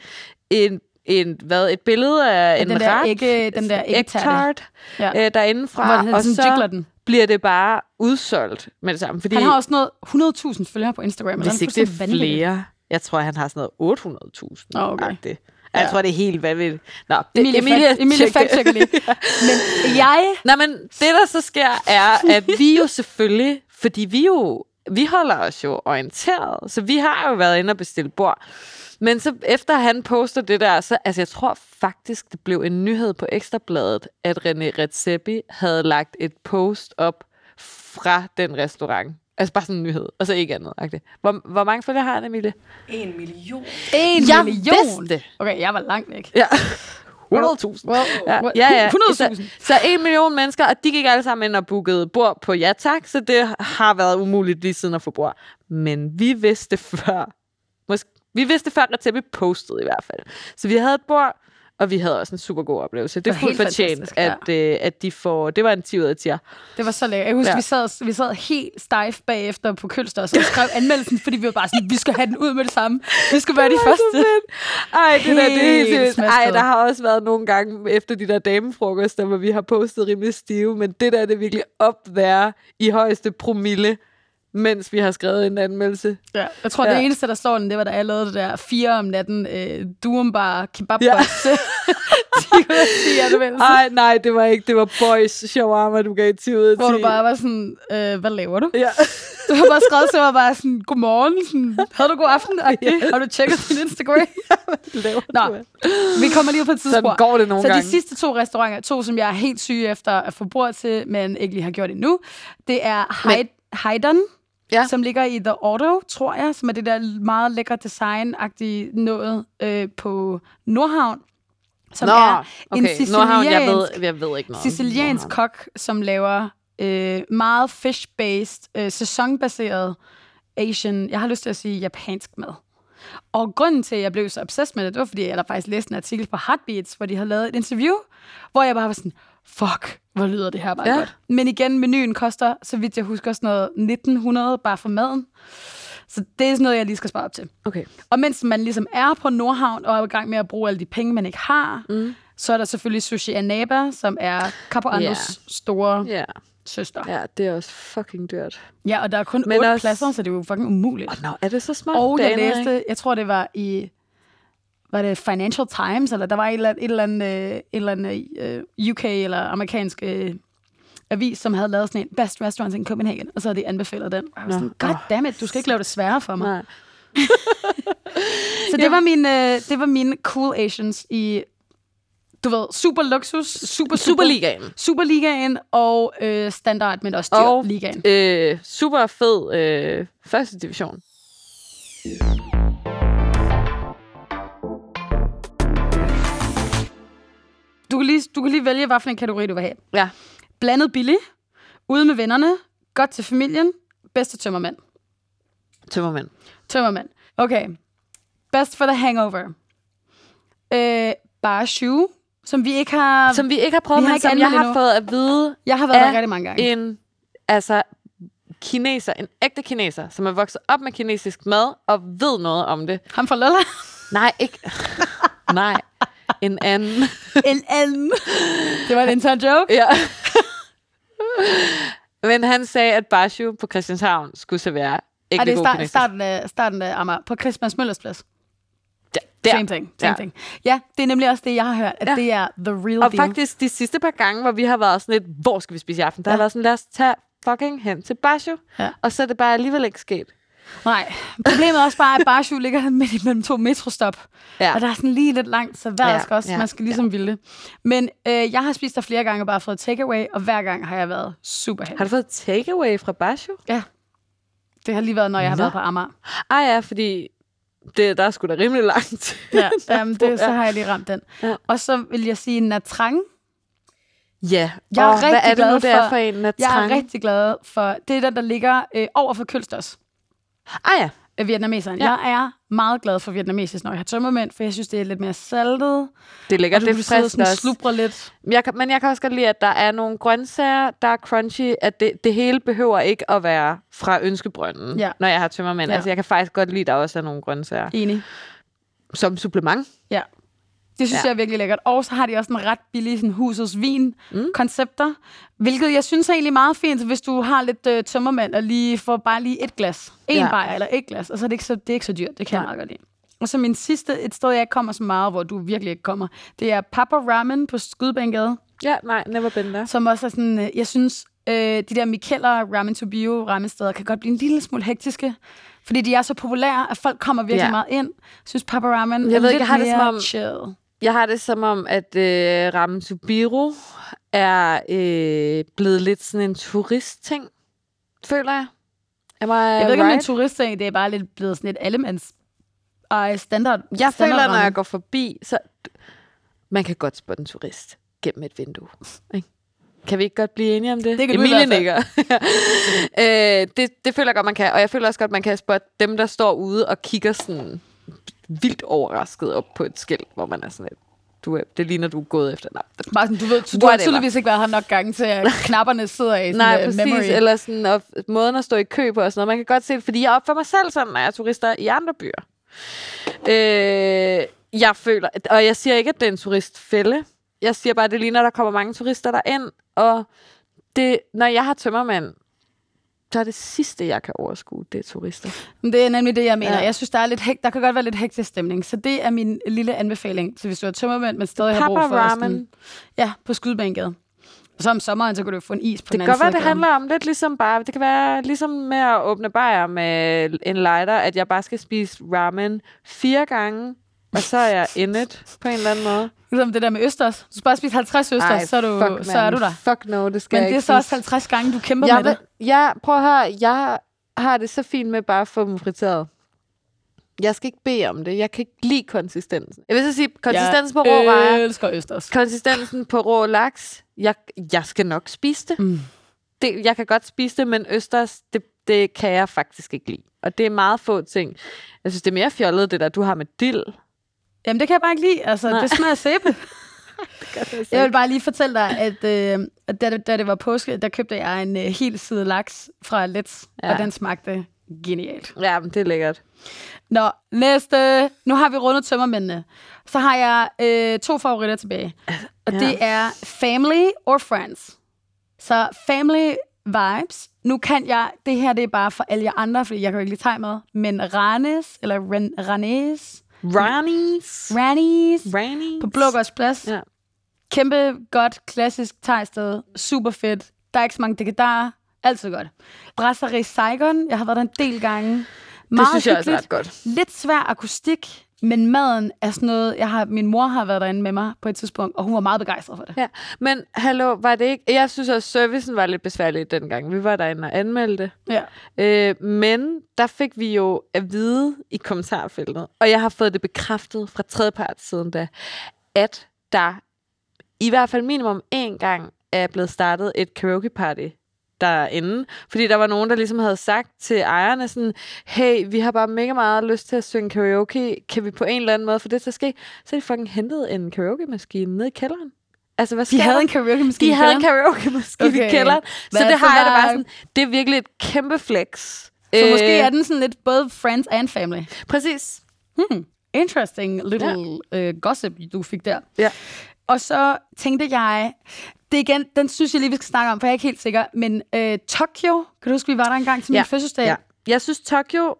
[SPEAKER 3] en, en, hvad, et billede af en
[SPEAKER 4] den der
[SPEAKER 3] ret.
[SPEAKER 4] ægge- den der æggetærte.
[SPEAKER 3] æggetart,
[SPEAKER 4] Ja.
[SPEAKER 3] øh,
[SPEAKER 4] Hvor
[SPEAKER 3] derindefra.
[SPEAKER 4] han
[SPEAKER 3] Og
[SPEAKER 4] sådan jiggler
[SPEAKER 3] så
[SPEAKER 4] den.
[SPEAKER 3] bliver det bare udsolgt med det samme. Fordi
[SPEAKER 4] Han har også noget 100.000 følgere på Instagram. og
[SPEAKER 3] Hvis
[SPEAKER 4] den
[SPEAKER 3] ikke det er
[SPEAKER 4] fuldstændig vanvittig.
[SPEAKER 3] flere. Jeg tror, han har sådan noget 800.000.
[SPEAKER 4] Nå, okay.
[SPEAKER 3] agtigt. Ja. Jeg tror, det er helt vanvittigt. Nå, det,
[SPEAKER 4] Emilie, Emilie,
[SPEAKER 3] Emilie,
[SPEAKER 4] fact, Emilie
[SPEAKER 3] tjek det. *laughs*
[SPEAKER 4] fact-checker lige. Men jeg...
[SPEAKER 3] Nej, men det, der så sker, er, at vi jo selvfølgelig, fordi vi jo, vi holder os jo orienteret, så vi har jo været inde og bestille bord. Men så efter han poster det der, så, altså jeg tror faktisk, det blev en nyhed på Ekstrabladet, at René Redzepi havde lagt et post op fra den restaurant. Altså bare sådan en nyhed, og så ikke andet. agtigt. Hvor, hvor mange følgere har han, Emilie?
[SPEAKER 4] En
[SPEAKER 3] Jeg
[SPEAKER 4] million.
[SPEAKER 3] vidste det.
[SPEAKER 4] Okay, jeg var langt væk.
[SPEAKER 3] Ja. 100.000.
[SPEAKER 4] Wow.
[SPEAKER 3] Ja,
[SPEAKER 4] What?
[SPEAKER 3] ja, ja.
[SPEAKER 4] 100.000.
[SPEAKER 3] Så, så en million mennesker, og de gik alle sammen ind og bookede bord på Ja Tak, så det har været umuligt lige siden at få bord. Men vi vidste før, måske, vi vidste før, at Tæppe postede i hvert fald. Så vi havde et bord, og vi havde også en super god oplevelse. Det er
[SPEAKER 4] var
[SPEAKER 3] fuldt
[SPEAKER 4] helt
[SPEAKER 3] fortjent,
[SPEAKER 4] fantastisk, ja.
[SPEAKER 3] at, øh, at de får... Det var en 10 ud af 10.
[SPEAKER 4] Det var så lækkert. Jeg husker,
[SPEAKER 3] Ja.
[SPEAKER 4] ja. vi, sad, vi sad helt stejf bagefter på Kølsters og skrev anmeldelsen, fordi vi var bare sådan, vi skal have den ud med det samme. Vi skal være de første.
[SPEAKER 3] Ej, det der, det er helt
[SPEAKER 4] Helt
[SPEAKER 3] seriøst. Ej,
[SPEAKER 4] smasket.
[SPEAKER 3] der har også været nogle gange efter de der damefrokoster, hvor vi har postet rimelig stive, men det der, det er virkelig op være i højeste promille, mens vi har skrevet en anmeldelse.
[SPEAKER 4] Ja. Jeg tror,
[SPEAKER 3] Ja.
[SPEAKER 4] ja. det eneste, der slår den, det var, da jeg lavede det der fire om natten øh, duumbar kebabbox. Ja. 10 ud af 10 anmeldelser.
[SPEAKER 3] *laughs* Ej, nej, det var ikke. Det var boys shawarma, du gav 10 ud af 10.
[SPEAKER 4] Hvor du bare var sådan, øh, hvad laver du?
[SPEAKER 3] *laughs* Ja.
[SPEAKER 4] Du har bare skrevet til mig bare sådan, godmorgen, sådan, havde du god
[SPEAKER 3] *laughs*
[SPEAKER 4] aften? Okay. Har du tjekket din Instagram?
[SPEAKER 3] Laver
[SPEAKER 4] Nå,
[SPEAKER 3] du, ja.
[SPEAKER 4] vi kommer lige på et tidsspur.
[SPEAKER 3] Sådan går det nogle
[SPEAKER 4] så
[SPEAKER 3] gange.
[SPEAKER 4] de sidste to restauranter, to som jeg er helt syg efter at få bord til, men ikke lige har gjort endnu, det er Heid- Heidon,
[SPEAKER 3] Ja.
[SPEAKER 4] ja. som ligger i The Auto, tror jeg, som er det der meget lækre design-agtige noget øh, på Nordhavn, som
[SPEAKER 3] Nå,
[SPEAKER 4] er en
[SPEAKER 3] okay.
[SPEAKER 4] siciliansk,
[SPEAKER 3] Nu har jeg, ved, jeg ved ikke noget. om
[SPEAKER 4] siciliansk
[SPEAKER 3] Nordhavn.
[SPEAKER 4] kok, som laver øh, meget fish-based, øh, sæsonbaseret Asian, jeg har lyst til at sige japansk mad. Og grunden til, at jeg blev så obsessed med det, det var, fordi jeg der faktisk læste en artikel på Heartbeats, hvor de havde lavet et interview, hvor jeg bare var sådan, fuck, hvor lyder det her bare
[SPEAKER 3] Ja.
[SPEAKER 4] ja. godt. Men igen, menuen koster, så vidt jeg husker, sådan noget 1900 bare for maden. Så det er sådan noget, jeg lige skal spare op til.
[SPEAKER 3] Okay.
[SPEAKER 4] Og mens man ligesom er på Nordhavn og er i gang med at bruge alle de penge, man ikke har, mm. så er der selvfølgelig Sushi Anaba, som er Capoandos
[SPEAKER 3] Ja.
[SPEAKER 4] yeah. store yeah.
[SPEAKER 3] Ja.
[SPEAKER 4] søster.
[SPEAKER 3] ja, det er også fucking dyrt.
[SPEAKER 4] Ja, og der er kun
[SPEAKER 3] Men
[SPEAKER 4] otte
[SPEAKER 3] også-
[SPEAKER 4] pladser, så det er jo fucking umuligt.
[SPEAKER 3] Og nå, er det så smart?
[SPEAKER 4] Og
[SPEAKER 3] Det
[SPEAKER 4] jeg
[SPEAKER 3] aner ikke.
[SPEAKER 4] læste, jeg tror det var i, var det Financial Times, eller der var et eller andet, et eller andet, øh, et eller andet øh, UK eller amerikansk øh, avis, som havde lavet sådan en Best Restaurants in Copenhagen, og så havde de anbefalet den. Og jeg
[SPEAKER 3] Nå.
[SPEAKER 4] var sådan, God
[SPEAKER 3] Åh.
[SPEAKER 4] damn it, du skal ikke lave det sværere for mig.
[SPEAKER 3] Nej. *laughs*
[SPEAKER 4] Så det, var min, øh, det var mine cool Asians i, du ved, super luksus, super,
[SPEAKER 3] Superligaen.
[SPEAKER 4] Superligaen og øh, standard, men også dyr
[SPEAKER 3] Og-
[SPEAKER 4] ligaen.
[SPEAKER 3] Øh, super fed øh, første division.
[SPEAKER 4] Du kan, lige, du kan lige vælge, hvad for en kategori du vil have.
[SPEAKER 3] Ja.
[SPEAKER 4] Blandet billig, ude med vennerne, godt til familien, bedste tømmermand.
[SPEAKER 3] Tømmermænd.
[SPEAKER 4] Tømmermand. Okay. Best for the hangover. Øh, bare shoe, som vi ikke har...
[SPEAKER 3] Som vi ikke har prøvet,
[SPEAKER 4] Vi har
[SPEAKER 3] men
[SPEAKER 4] ikke
[SPEAKER 3] som jeg
[SPEAKER 4] anmeldt
[SPEAKER 3] har
[SPEAKER 4] endnu.
[SPEAKER 3] fået at vide
[SPEAKER 4] jeg har været
[SPEAKER 3] er
[SPEAKER 4] der rigtig mange gange.
[SPEAKER 3] en altså, kineser, en ægte kineser, som er vokset op med kinesisk mad og ved noget om det.
[SPEAKER 4] Ham fra Lolland.
[SPEAKER 3] Nej, ikke. *laughs* Nej, en anden.
[SPEAKER 4] *laughs* En
[SPEAKER 3] *laughs*
[SPEAKER 4] anden. Det var en intern joke.
[SPEAKER 3] Ja. Men han sagde, at Bashu på Christianshavn skulle servere
[SPEAKER 4] Ej,
[SPEAKER 3] ægte
[SPEAKER 4] det er
[SPEAKER 3] god
[SPEAKER 4] start,
[SPEAKER 3] kinesisk.
[SPEAKER 4] starten, af, starten af Amager. På Christmas Møllers plads.
[SPEAKER 3] Der.
[SPEAKER 4] Same thing. Same
[SPEAKER 3] Ja.
[SPEAKER 4] thing. Ja, det er nemlig også det, jeg har hørt, at
[SPEAKER 3] Ja.
[SPEAKER 4] det er the real
[SPEAKER 3] Og
[SPEAKER 4] deal.
[SPEAKER 3] faktisk de sidste par gange, hvor vi har været sådan lidt, hvor skal vi spise i aften? Der ja. har
[SPEAKER 4] Ja.
[SPEAKER 3] været sådan, lad os tage fucking hen til Bashu.
[SPEAKER 4] Ja.
[SPEAKER 3] Og så er det bare alligevel ikke sket.
[SPEAKER 4] Nej. Problemet er også bare, at Barshu ligger *laughs* midt imellem to metrostop.
[SPEAKER 3] Ja.
[SPEAKER 4] Og der er sådan lige lidt langt, så vejret
[SPEAKER 3] Ja,
[SPEAKER 4] ja, skal også,
[SPEAKER 3] ja,
[SPEAKER 4] ja, man skal ligesom ja. ville. Men øh, jeg har spist der flere gange og bare fået takeaway, og hver gang har jeg været super
[SPEAKER 3] Har
[SPEAKER 4] heldig.
[SPEAKER 3] du fået takeaway fra Bashu?
[SPEAKER 4] Ja. Det har lige været, når jeg har
[SPEAKER 3] Nå.
[SPEAKER 4] været på Amager.
[SPEAKER 3] Ej Ah, ja, fordi det, der er sgu da rimelig langt. *laughs*
[SPEAKER 4] Ja, jamen, det, så har jeg lige ramt den.
[SPEAKER 3] Ja.
[SPEAKER 4] Ja. Og så vil jeg sige Natrang.
[SPEAKER 3] Ja,
[SPEAKER 4] Jeg er
[SPEAKER 3] og hvad
[SPEAKER 4] rigtig
[SPEAKER 3] er det nu,
[SPEAKER 4] glad
[SPEAKER 3] det er
[SPEAKER 4] for-
[SPEAKER 3] for en af
[SPEAKER 4] Jeg er
[SPEAKER 3] trang?
[SPEAKER 4] rigtig glad for, det er den, der ligger øh, over for Kølstos.
[SPEAKER 3] Ej Ah, ja,
[SPEAKER 4] øh, Vietnameseren.
[SPEAKER 3] Ja.
[SPEAKER 4] Ja. Jeg er meget glad for vietnamesisk, når jeg har tømmermænd, for jeg synes, det er lidt mere saltet.
[SPEAKER 3] det ligger
[SPEAKER 4] og så kan du
[SPEAKER 3] lidt
[SPEAKER 4] sidde og
[SPEAKER 3] frisk
[SPEAKER 4] sådan
[SPEAKER 3] også.
[SPEAKER 4] slubrer lidt.
[SPEAKER 3] Men Jeg kan, men jeg kan også godt lide, at der er nogle grøntsager, der er crunchy, at det, det hele behøver ikke at være fra ønskebrønden,
[SPEAKER 4] Ja.
[SPEAKER 3] når jeg har tømmermænd. Ja.
[SPEAKER 4] Ja.
[SPEAKER 3] Altså, jeg kan faktisk godt lide, at der også er nogle grøntsager.
[SPEAKER 4] Enig.
[SPEAKER 3] Som supplement.
[SPEAKER 4] Ja. Det synes
[SPEAKER 3] Ja.
[SPEAKER 4] ja. jeg er virkelig lækkert. Og så har de også en ret billig sådan, husets
[SPEAKER 3] Mm.
[SPEAKER 4] vin-koncepter, hvilket jeg synes er egentlig meget fint, hvis du har lidt øh, tømmermand og lige får bare lige et glas. En
[SPEAKER 3] Ja.
[SPEAKER 4] ja. bajer eller et glas, og så er det ikke så, det er ikke så dyrt. Det kan
[SPEAKER 3] Nej.
[SPEAKER 4] jeg meget godt lide. Og så min sidste, et sted, jeg ikke kommer så meget, hvor du virkelig ikke kommer, det er Papa Ramen på Skydbænkgade.
[SPEAKER 3] Ja, nej, never been there.
[SPEAKER 4] som også er sådan, øh, jeg synes, øh, de der Mikeller Ramen to Bio ramensteder kan godt blive en lille smule hektiske, fordi de er så populære, at folk kommer virkelig
[SPEAKER 3] Ja.
[SPEAKER 4] ja. meget ind. Jeg synes, Papa Ramen
[SPEAKER 3] Jeg
[SPEAKER 4] er
[SPEAKER 3] ved ikke,
[SPEAKER 4] lidt
[SPEAKER 3] jeg har det
[SPEAKER 4] mere
[SPEAKER 3] som om- Uh,
[SPEAKER 4] chill.
[SPEAKER 3] Jeg har det som om, at øh, ramen Subiru er øh, blevet lidt sådan en turistting, føler jeg. Am I
[SPEAKER 4] Jeg ved ikke, om det er en
[SPEAKER 3] right?
[SPEAKER 4] turistting, det er bare lidt blevet sådan et allemands og standard.
[SPEAKER 3] jeg føler, når
[SPEAKER 4] standardramme.
[SPEAKER 3] jeg går forbi, så... Man kan godt spotte en turist gennem et vindue. Ikke? Kan vi ikke godt blive enige om det?
[SPEAKER 4] Det kan du i
[SPEAKER 3] Emilie
[SPEAKER 4] hvert fald.
[SPEAKER 3] nikker. *laughs* øh, det, det føler jeg godt, man kan. Og jeg føler også godt, man kan spotte dem, der står ude og kigger sådan vildt overrasket op på et skilt, hvor man er sådan lidt... Du, er- det ligner, du er gået efter. Nej,
[SPEAKER 4] Bare sådan, du ved, du, du har
[SPEAKER 3] Whatever.
[SPEAKER 4] tydeligvis ikke været her nok gange
[SPEAKER 3] *laughs*
[SPEAKER 4] til, at knapperne sidder i sådan
[SPEAKER 3] Nej,
[SPEAKER 4] øh,
[SPEAKER 3] præcis.
[SPEAKER 4] memory.
[SPEAKER 3] Memory. Eller sådan, og måden at stå i kø på og sådan noget. Man kan godt se det, fordi jeg opfører mig selv sådan, når jeg er turister i andre byer. Øh, jeg føler, og jeg siger ikke, at det er en turistfælde. Jeg siger bare, at det ligner, at der kommer mange turister derind. Og det, når jeg har tømmermand, så er det sidste, jeg kan overskue, det er turister.
[SPEAKER 4] Men Det er nemlig det, jeg mener.
[SPEAKER 3] Ja.
[SPEAKER 4] Ja. Jeg synes, der, er lidt hek- der kan godt være lidt hektisk stemning. Så det er min lille anbefaling. Så hvis du har tømmermænd, men stadig har brug for...
[SPEAKER 3] Papa
[SPEAKER 4] at
[SPEAKER 3] ramen.
[SPEAKER 4] Sådan, ja, på Skydbanegade. Og så om sommeren, så kan du få en is
[SPEAKER 3] Det
[SPEAKER 4] på den
[SPEAKER 3] kan
[SPEAKER 4] anden
[SPEAKER 3] godt
[SPEAKER 4] side
[SPEAKER 3] være,
[SPEAKER 4] af
[SPEAKER 3] det
[SPEAKER 4] gaden.
[SPEAKER 3] handler om lidt ligesom bare, det kan være ligesom med at åbne bajer med en lighter, at jeg bare skal spise ramen fire gange, og så er
[SPEAKER 4] *laughs*
[SPEAKER 3] jeg in it på en eller anden måde.
[SPEAKER 4] Ligesom det der med østers. Du skal bare spise 50 østers,
[SPEAKER 3] Ej,
[SPEAKER 4] så, er du,
[SPEAKER 3] fuck,
[SPEAKER 4] så er
[SPEAKER 3] mand.
[SPEAKER 4] du der.
[SPEAKER 3] Fuck no, det skal
[SPEAKER 4] Men
[SPEAKER 3] jeg ikke
[SPEAKER 4] det er så også
[SPEAKER 3] spise.
[SPEAKER 4] 50 gange, du kæmper
[SPEAKER 3] jeg,
[SPEAKER 4] med det.
[SPEAKER 3] vil- jeg, prøv at høre, jeg har det så fint med bare at få dem friteret. Jeg skal ikke bede om det. Jeg kan ikke lide konsistensen. Jeg vil så sige, konsistensen på rå rejer,
[SPEAKER 4] Jeg elsker østers.
[SPEAKER 3] konsistensen på rå laks, jeg, jeg skal nok spise det.
[SPEAKER 4] Mm.
[SPEAKER 3] det. Jeg kan godt spise det, men østers, det, det kan jeg faktisk ikke lide. Og det er meget få ting. Jeg synes, det er mere fjollet, det der, du har med dild.
[SPEAKER 4] Jamen, det kan jeg bare ikke lide. Altså,
[SPEAKER 3] Nej.
[SPEAKER 4] det smager af
[SPEAKER 3] *laughs*
[SPEAKER 4] sæbe. Jeg
[SPEAKER 3] Jeg
[SPEAKER 4] vil bare lige fortælle dig, at øh, at da, da det var påske, der købte jeg en øh, hel side laks fra Let's,
[SPEAKER 3] Ja.
[SPEAKER 4] ja. og den smagte genialt.
[SPEAKER 3] vil- Ja, men det er lækkert.
[SPEAKER 4] Nå, næste. Nu har vi rundet tømmermændene. Så har jeg øh, to favoritter tilbage. Og
[SPEAKER 3] Ja.
[SPEAKER 4] ja. det er Family or Friends. Så Family Vibes. Nu kan jeg... Det her, det er bare for alle jer andre, fordi jeg kan jo ikke lide thai-mad. Men Ranes, eller Ren, Ranes,
[SPEAKER 3] Ronnie's.
[SPEAKER 4] Ranis,
[SPEAKER 3] Ronnie's.
[SPEAKER 4] på Blågårds Plads.
[SPEAKER 3] Ja.
[SPEAKER 4] Ja. Kæmpe godt, klassisk thai-sted. Super fedt. Der er ikke så mange dekadarer. Altid godt. Brasserie Saigon. Jeg har været der en del gange.
[SPEAKER 3] Det
[SPEAKER 4] Meget
[SPEAKER 3] synes jeg også er
[SPEAKER 4] hyggeligt
[SPEAKER 3] ret godt.
[SPEAKER 4] lidt svær akustik, men maden er sådan noget, jeg har, min mor har været derinde med mig på et tidspunkt, og hun var meget begejstret for det.
[SPEAKER 3] Ja, men hallo, var det ikke... Jeg synes også, servicen var lidt besværlig dengang. Vi var derinde og anmeldte
[SPEAKER 4] Ja.
[SPEAKER 3] det. Øh, men der fik vi jo at vide i kommentarfeltet, og jeg har fået det bekræftet fra tredjepart siden da, at der i hvert fald minimum én gang er blevet startet et karaoke party derinde. Fordi der var nogen, der ligesom havde sagt til ejerne sådan, hey, vi har bare mega meget lyst til at synge karaoke. Kan vi på en eller anden måde få det til at ske? Så har de fucking hentet en karaoke-maskine ned i kælderen. Altså, hvad sker
[SPEAKER 4] De havde
[SPEAKER 3] der?
[SPEAKER 4] en karaoke måske.
[SPEAKER 3] De havde en karaoke-maskine okay. i
[SPEAKER 4] Okay.
[SPEAKER 3] kælderen. Så
[SPEAKER 4] Hvad
[SPEAKER 3] det
[SPEAKER 4] så
[SPEAKER 3] har jeg da bare
[SPEAKER 4] var-
[SPEAKER 3] sådan, det er virkelig et kæmpe flex. Øh,
[SPEAKER 4] Så måske er den sådan lidt både friends and family.
[SPEAKER 3] Præcis.
[SPEAKER 4] Hmm. interesting little ja. uh, gossip, du fik der.
[SPEAKER 3] Ja.
[SPEAKER 4] Og så tænkte jeg, det er igen, den synes jeg lige, vi skal snakke om, for jeg er ikke helt sikker, men øh, Tokyo, kan du huske, vi var der engang til min fødselsdag?
[SPEAKER 3] Ja. Jeg synes Tokyo...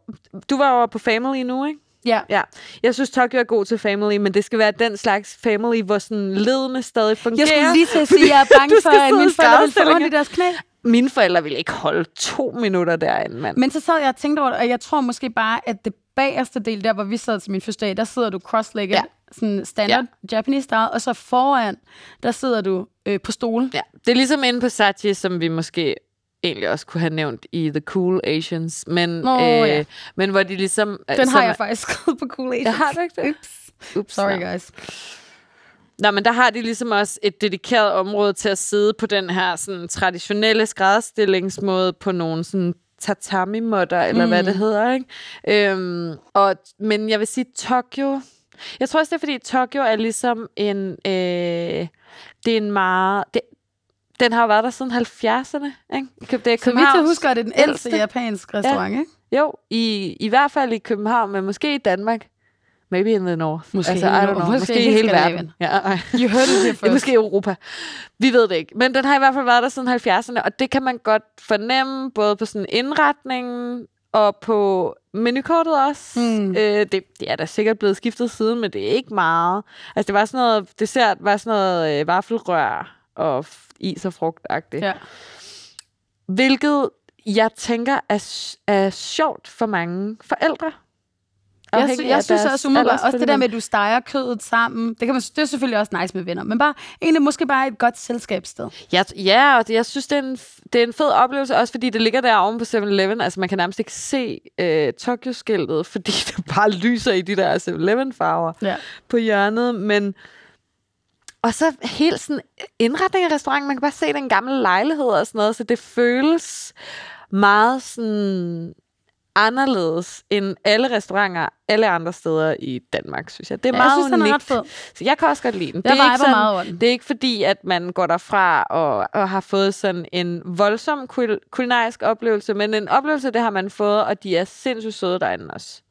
[SPEAKER 3] Du var over på Family nu, ikke?
[SPEAKER 4] ja.
[SPEAKER 3] Ja. Jeg synes Tokyo er god til Family, men det skal være den slags Family, hvor sådan ledene stadig fungerer.
[SPEAKER 4] Jeg skulle lige til at sige, at jeg er bange
[SPEAKER 3] *laughs* Du
[SPEAKER 4] for,
[SPEAKER 3] skal
[SPEAKER 4] at
[SPEAKER 3] sidde
[SPEAKER 4] mine
[SPEAKER 3] i
[SPEAKER 4] forældre vil få ondt i
[SPEAKER 3] startstillinger.
[SPEAKER 4] deres knæ.
[SPEAKER 3] Mine forældre ville ikke holde to minutter derinde, mand.
[SPEAKER 4] Men så sad jeg og tænkte over det, og jeg tror måske bare, at det bagerste del, der hvor vi sad til min første dag, der sidder du cross-legged, ja.
[SPEAKER 3] Ja.
[SPEAKER 4] sådan standard ja. Japanese style, og så foran, der sidder du øh, på stole.
[SPEAKER 3] Ja, det er ligesom inde på Sachi, som vi måske egentlig også kunne have nævnt i The Cool Asians, men,
[SPEAKER 4] Nå,
[SPEAKER 3] øh,
[SPEAKER 4] ja.
[SPEAKER 3] men hvor de ligesom...
[SPEAKER 4] Den har jeg faktisk skrevet på Cool Asians.
[SPEAKER 3] Jeg har du ikke det?
[SPEAKER 4] Ups.
[SPEAKER 3] Ups,
[SPEAKER 4] Sorry,
[SPEAKER 3] nå.
[SPEAKER 4] guys.
[SPEAKER 3] Nå, men der har de ligesom også et dedikeret område til at sidde på den her sådan, traditionelle skrædderstillingsmåde på nogle sådan tatami-modder, eller mm. hvad det hedder, ikke? Øhm, og, men jeg vil sige Tokyo. Jeg tror også, det er, fordi Tokyo er ligesom en... Øh, det er en meget... Det, den har jo været der siden 70'erne, ikke? I Køb- Det er
[SPEAKER 4] Så vidt jeg
[SPEAKER 3] Københavns-
[SPEAKER 4] husker, er det den ældste
[SPEAKER 3] ældste.
[SPEAKER 4] japansk restaurant, ja. ikke?
[SPEAKER 3] Jo, i, i hvert fald i København, men måske i Danmark. Maybe in the north.
[SPEAKER 4] Måske
[SPEAKER 3] altså,
[SPEAKER 4] i
[SPEAKER 3] I don't
[SPEAKER 4] Nord-
[SPEAKER 3] know.
[SPEAKER 4] måske
[SPEAKER 3] Måske,
[SPEAKER 4] i
[SPEAKER 3] i hele
[SPEAKER 4] Skandinavien.
[SPEAKER 3] verden. Ja, ej.
[SPEAKER 4] *laughs* You heard it here
[SPEAKER 3] *laughs* Ja,
[SPEAKER 4] first.
[SPEAKER 3] måske i Europa. Vi ved det ikke. Men den har i hvert fald været der siden 70'erne, og det kan man godt fornemme, både på sådan indretningen og på menukortet også.
[SPEAKER 4] Mm.
[SPEAKER 3] Øh, det, det er da sikkert blevet skiftet siden, men det er ikke meget. Altså, det var sådan noget, dessert var sådan noget øh, vaffelrør og f- is og frugt
[SPEAKER 4] Ja.
[SPEAKER 3] Hvilket jeg tænker er, s- er sjovt for mange forældre.
[SPEAKER 4] Jeg, sy-
[SPEAKER 3] Afhængig
[SPEAKER 4] jeg
[SPEAKER 3] af
[SPEAKER 4] synes
[SPEAKER 3] deres
[SPEAKER 4] også umiddelbart, også det der
[SPEAKER 3] aldersfølge.
[SPEAKER 4] med, at du steger kødet sammen, det, kan man, det er selvfølgelig også nice med venner, men bare, egentlig måske bare et godt selskabssted.
[SPEAKER 3] Jeg, ja, og det, jeg synes, det er, en, f- det er en fed oplevelse, også fordi det ligger der oven på 7-Eleven. Altså, man kan nærmest ikke se øh, Tokyo-skiltet, *laughs* fordi det bare lyser i de der 7-Eleven-farver
[SPEAKER 4] Ja.
[SPEAKER 3] på hjørnet. Men, og så hele sådan indretning af restauranten. Man kan bare se den gamle lejlighed og sådan noget, så det føles meget sådan anderledes end alle restauranter alle andre steder i Danmark, synes jeg. Det er
[SPEAKER 4] Ja, jeg
[SPEAKER 3] meget
[SPEAKER 4] synes, den er
[SPEAKER 3] unikt.
[SPEAKER 4] ret fed.
[SPEAKER 3] Så jeg kan også godt lide den.
[SPEAKER 4] Jeg
[SPEAKER 3] det, er
[SPEAKER 4] viber
[SPEAKER 3] ikke sådan,
[SPEAKER 4] meget over den.
[SPEAKER 3] det er ikke fordi, at man går derfra og, og har fået sådan en voldsom kul- kulinarisk oplevelse, men en oplevelse, det har man fået, og de er sindssygt søde derinde også.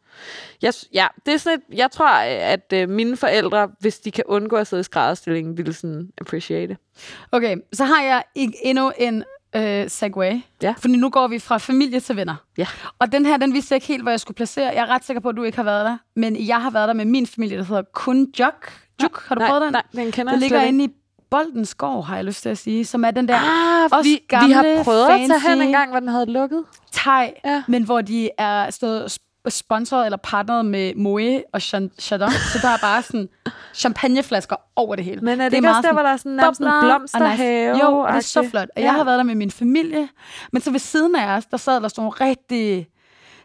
[SPEAKER 3] Jeg, s- ja, det er sådan et, jeg tror, at øh, mine forældre, hvis de kan undgå at sidde i skrædderstillingen, ville sådan appreciate det.
[SPEAKER 4] Okay, så har jeg i- endnu en øh, segue.
[SPEAKER 3] Ja.
[SPEAKER 4] Fordi nu går vi fra familie til venner.
[SPEAKER 3] Ja.
[SPEAKER 4] Og den her, den vidste jeg ikke helt, hvor jeg skulle placere. Jeg er ret sikker på, at du ikke har været der. Men jeg har været der med min familie, der hedder Kun Jok. Juk, har du
[SPEAKER 3] nej,
[SPEAKER 4] prøvet den?
[SPEAKER 3] Nej, den kender
[SPEAKER 4] Den
[SPEAKER 3] jeg
[SPEAKER 4] ligger
[SPEAKER 3] slet ikke.
[SPEAKER 4] inde i Boldenskov, har jeg lyst til at sige, som er den der
[SPEAKER 3] Ah,
[SPEAKER 4] også
[SPEAKER 3] vi,
[SPEAKER 4] gamle,
[SPEAKER 3] vi har prøvet
[SPEAKER 4] fancy,
[SPEAKER 3] at tage hen en gang, hvor den havde lukket.
[SPEAKER 4] thai, ja.
[SPEAKER 3] Ja.
[SPEAKER 4] men hvor de er stået sp- sponsoreret eller partneret med Moe og Chan- Chardon, så der er bare sådan champagneflasker over det hele.
[SPEAKER 3] Men er det,
[SPEAKER 4] er
[SPEAKER 3] det ikke
[SPEAKER 4] meget
[SPEAKER 3] også der,
[SPEAKER 4] sådan-
[SPEAKER 3] hvor der er sådan nærmest en
[SPEAKER 4] bobler,
[SPEAKER 3] blomsterhave?
[SPEAKER 4] og nice. Jo, og det er så
[SPEAKER 3] agtigt?
[SPEAKER 4] flot. Og ja. jeg har været der med min familie. Men så ved siden af os, der sad der sådan nogle rigtige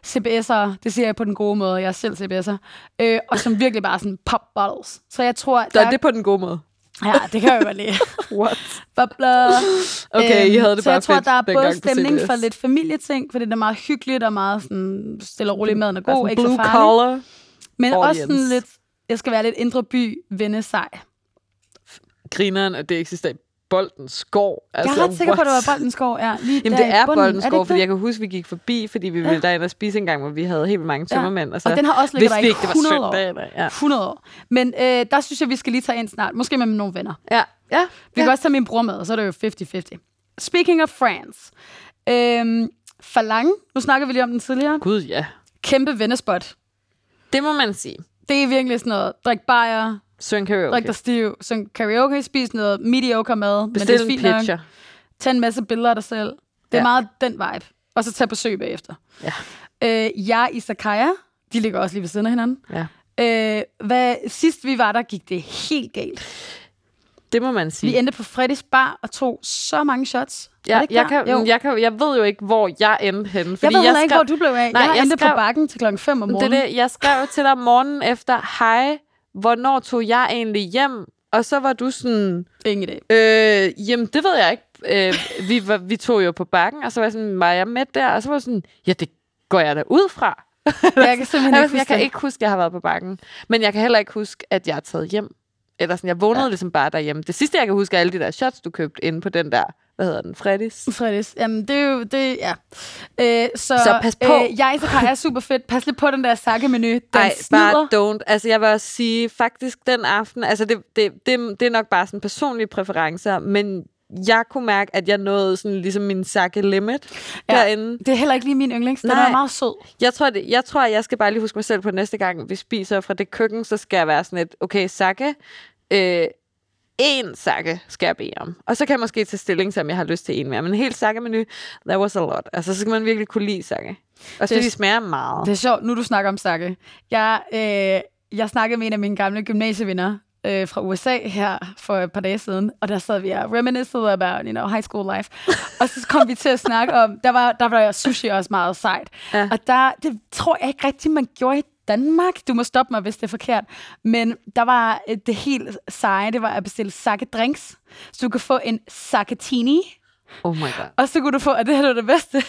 [SPEAKER 4] CBS'er. Det siger jeg på den gode måde. Jeg er selv CBS'er. Øh, og som virkelig bare sådan pop bottles. Så jeg tror, at
[SPEAKER 3] Så
[SPEAKER 4] der...
[SPEAKER 3] er det på den gode måde.
[SPEAKER 4] Ja, det kan jeg jo godt
[SPEAKER 3] *laughs*
[SPEAKER 4] lide.
[SPEAKER 3] What?
[SPEAKER 4] Bobler.
[SPEAKER 3] Okay, I
[SPEAKER 4] Øhm,
[SPEAKER 3] havde det
[SPEAKER 4] så
[SPEAKER 3] bare
[SPEAKER 4] jeg tror,
[SPEAKER 3] fedt
[SPEAKER 4] der er
[SPEAKER 3] dengang
[SPEAKER 4] både
[SPEAKER 3] på
[SPEAKER 4] stemning
[SPEAKER 3] CBS.
[SPEAKER 4] for lidt familieting, fordi det er meget hyggeligt og meget sådan stille og roligt maden er
[SPEAKER 3] Der er
[SPEAKER 4] god,
[SPEAKER 3] sådan
[SPEAKER 4] ikke så
[SPEAKER 3] Altså, blue collar.
[SPEAKER 4] farlig. Men også sådan
[SPEAKER 3] audience.
[SPEAKER 4] lidt, jeg skal være lidt indre by, vende sig.
[SPEAKER 3] grineren, at det eksisterer i Boldens skov.
[SPEAKER 4] Jeg er ret sikker på, at det var Boldenskov. Ja, lige
[SPEAKER 3] Altså, Jamen,
[SPEAKER 4] der
[SPEAKER 3] det
[SPEAKER 4] i
[SPEAKER 3] er
[SPEAKER 4] bunden.
[SPEAKER 3] Boldens
[SPEAKER 4] det
[SPEAKER 3] skov,
[SPEAKER 4] ikke
[SPEAKER 3] fordi
[SPEAKER 4] det?
[SPEAKER 3] jeg kan huske, vi gik forbi, fordi vi ville ja. derind og spise en gang, hvor vi havde helt vildt mange tømmermænd. Og, så
[SPEAKER 4] og den har også ligget
[SPEAKER 3] vidste
[SPEAKER 4] der
[SPEAKER 3] vi
[SPEAKER 4] i
[SPEAKER 3] ikke, det var
[SPEAKER 4] 100 år.
[SPEAKER 3] søndag. Eller, ja.
[SPEAKER 4] 100 år. Men øh, der synes jeg, vi skal lige tage ind snart. Måske med nogle venner.
[SPEAKER 3] ja. ja.
[SPEAKER 4] Vi ja. kan også tage min bror med, og så er det jo 50-50. Speaking of France. Øhm, Falang, nu snakker vi lige om den tidligere.
[SPEAKER 3] Gud, ja.
[SPEAKER 4] Kæmpe vennespot.
[SPEAKER 3] Det må man sige.
[SPEAKER 4] Det er virkelig sådan noget. Drik bajer,
[SPEAKER 3] Søren
[SPEAKER 4] drik
[SPEAKER 3] karaoke.
[SPEAKER 4] dig stiv, sådan karaoke, spis noget mediocre mad.
[SPEAKER 3] Bestil en
[SPEAKER 4] men det er fint nok.
[SPEAKER 3] pitcher.
[SPEAKER 4] Tag en masse billeder af dig selv. Det er ja.
[SPEAKER 3] Ja.
[SPEAKER 4] meget den vibe. Og så tage på sø bagefter.
[SPEAKER 3] Ja.
[SPEAKER 4] Øh, jeg i Sakaya, de ligger også lige ved siden af hinanden.
[SPEAKER 3] Ja.
[SPEAKER 4] Øh, hvad, sidst vi var der, gik det helt galt.
[SPEAKER 3] Det må man
[SPEAKER 4] Vi
[SPEAKER 3] sige.
[SPEAKER 4] endte på Freddys bar og tog så mange shots. Er det
[SPEAKER 3] Mm. Ja,
[SPEAKER 4] ikke
[SPEAKER 3] jeg,
[SPEAKER 4] klart?
[SPEAKER 3] kan,
[SPEAKER 4] Jo.
[SPEAKER 3] jeg, kan, jeg ved jo ikke, hvor jeg endte henne.
[SPEAKER 4] jeg
[SPEAKER 3] Fordi
[SPEAKER 4] ved heller ikke,
[SPEAKER 3] skrev-
[SPEAKER 4] hvor du blev af. Nej,
[SPEAKER 3] Nej,
[SPEAKER 4] jeg, jeg
[SPEAKER 3] jeg
[SPEAKER 4] endte på
[SPEAKER 3] skrev-
[SPEAKER 4] bakken til klokken 5 om
[SPEAKER 3] Det er
[SPEAKER 4] morgenen.
[SPEAKER 3] det, jeg skrev til dig morgenen efter, hej, hvornår tog jeg egentlig hjem? Og så var du sådan,
[SPEAKER 4] det. Ingen idé.
[SPEAKER 3] Øh, jamen, det ved jeg ikke. Øh, vi, var, vi tog jo på bakken, og så var jeg sådan, var jeg med der? Og så var jeg sådan, ja, det går jeg da ud fra.
[SPEAKER 4] Jeg kan
[SPEAKER 3] *laughs*
[SPEAKER 4] simpelthen
[SPEAKER 3] Jeg, jeg,
[SPEAKER 4] ikke huske
[SPEAKER 3] jeg kan
[SPEAKER 4] det.
[SPEAKER 3] ikke huske, at jeg har været på bakken. Men jeg kan heller ikke huske, at jeg er taget hjem. Eller sådan, jeg vågnede ja. ligesom bare derhjemme. Det sidste, jeg kan huske, er alle de der shots, du købte inde på den der hvad hedder den, Freddy's.
[SPEAKER 4] Fredis. Jamen, det er jo, det, ja. Øh, så,
[SPEAKER 3] Så pas på.
[SPEAKER 4] Øh, jeg så er super fedt. Pas lidt på den der sakkemenu. Den
[SPEAKER 3] Nej,
[SPEAKER 4] snyder.
[SPEAKER 3] bare don't. Altså, jeg vil også sige, faktisk den aften, altså, det, det, det, det er nok bare sådan personlige præferencer, men jeg kunne mærke, at jeg nåede sådan ligesom min sakke limit ja.
[SPEAKER 4] Ja.
[SPEAKER 3] derinde.
[SPEAKER 4] Det er heller ikke lige min yndlings. Den
[SPEAKER 3] Nej.
[SPEAKER 4] er meget sød.
[SPEAKER 3] Jeg tror, det, jeg tror, at jeg skal bare lige huske mig selv på næste gang, vi spiser fra det køkken, så skal jeg være sådan et, okay, sakke, øh, en sakke skal jeg bede om. Og så kan jeg måske tage stilling, som jeg har lyst til en mere. Men en hel sakkemenu, that was a lot. Altså, så skal man virkelig kunne lide sakke. Og så
[SPEAKER 4] Det-
[SPEAKER 3] de smager meget.
[SPEAKER 4] Det er sjovt, nu du snakker om sakke. Jeg, øh, jeg snakkede med en af mine gamle gymnasievenner øh, fra USA her for et par dage siden, og der sad vi og reminisced about, you know, high school life. Og så kom vi til at snakke om, der var, der var sushi også meget sejt.
[SPEAKER 3] Ja.
[SPEAKER 4] Ja. Og der, det tror jeg ikke rigtigt, man gjorde i Danmark. Du må stoppe mig, hvis det er forkert. Men der var øh, det helt seje, det var at bestille sakke drinks. Så du kan få en sakatini,
[SPEAKER 3] Oh my god.
[SPEAKER 4] og så kunne du få, og det her var det bedste,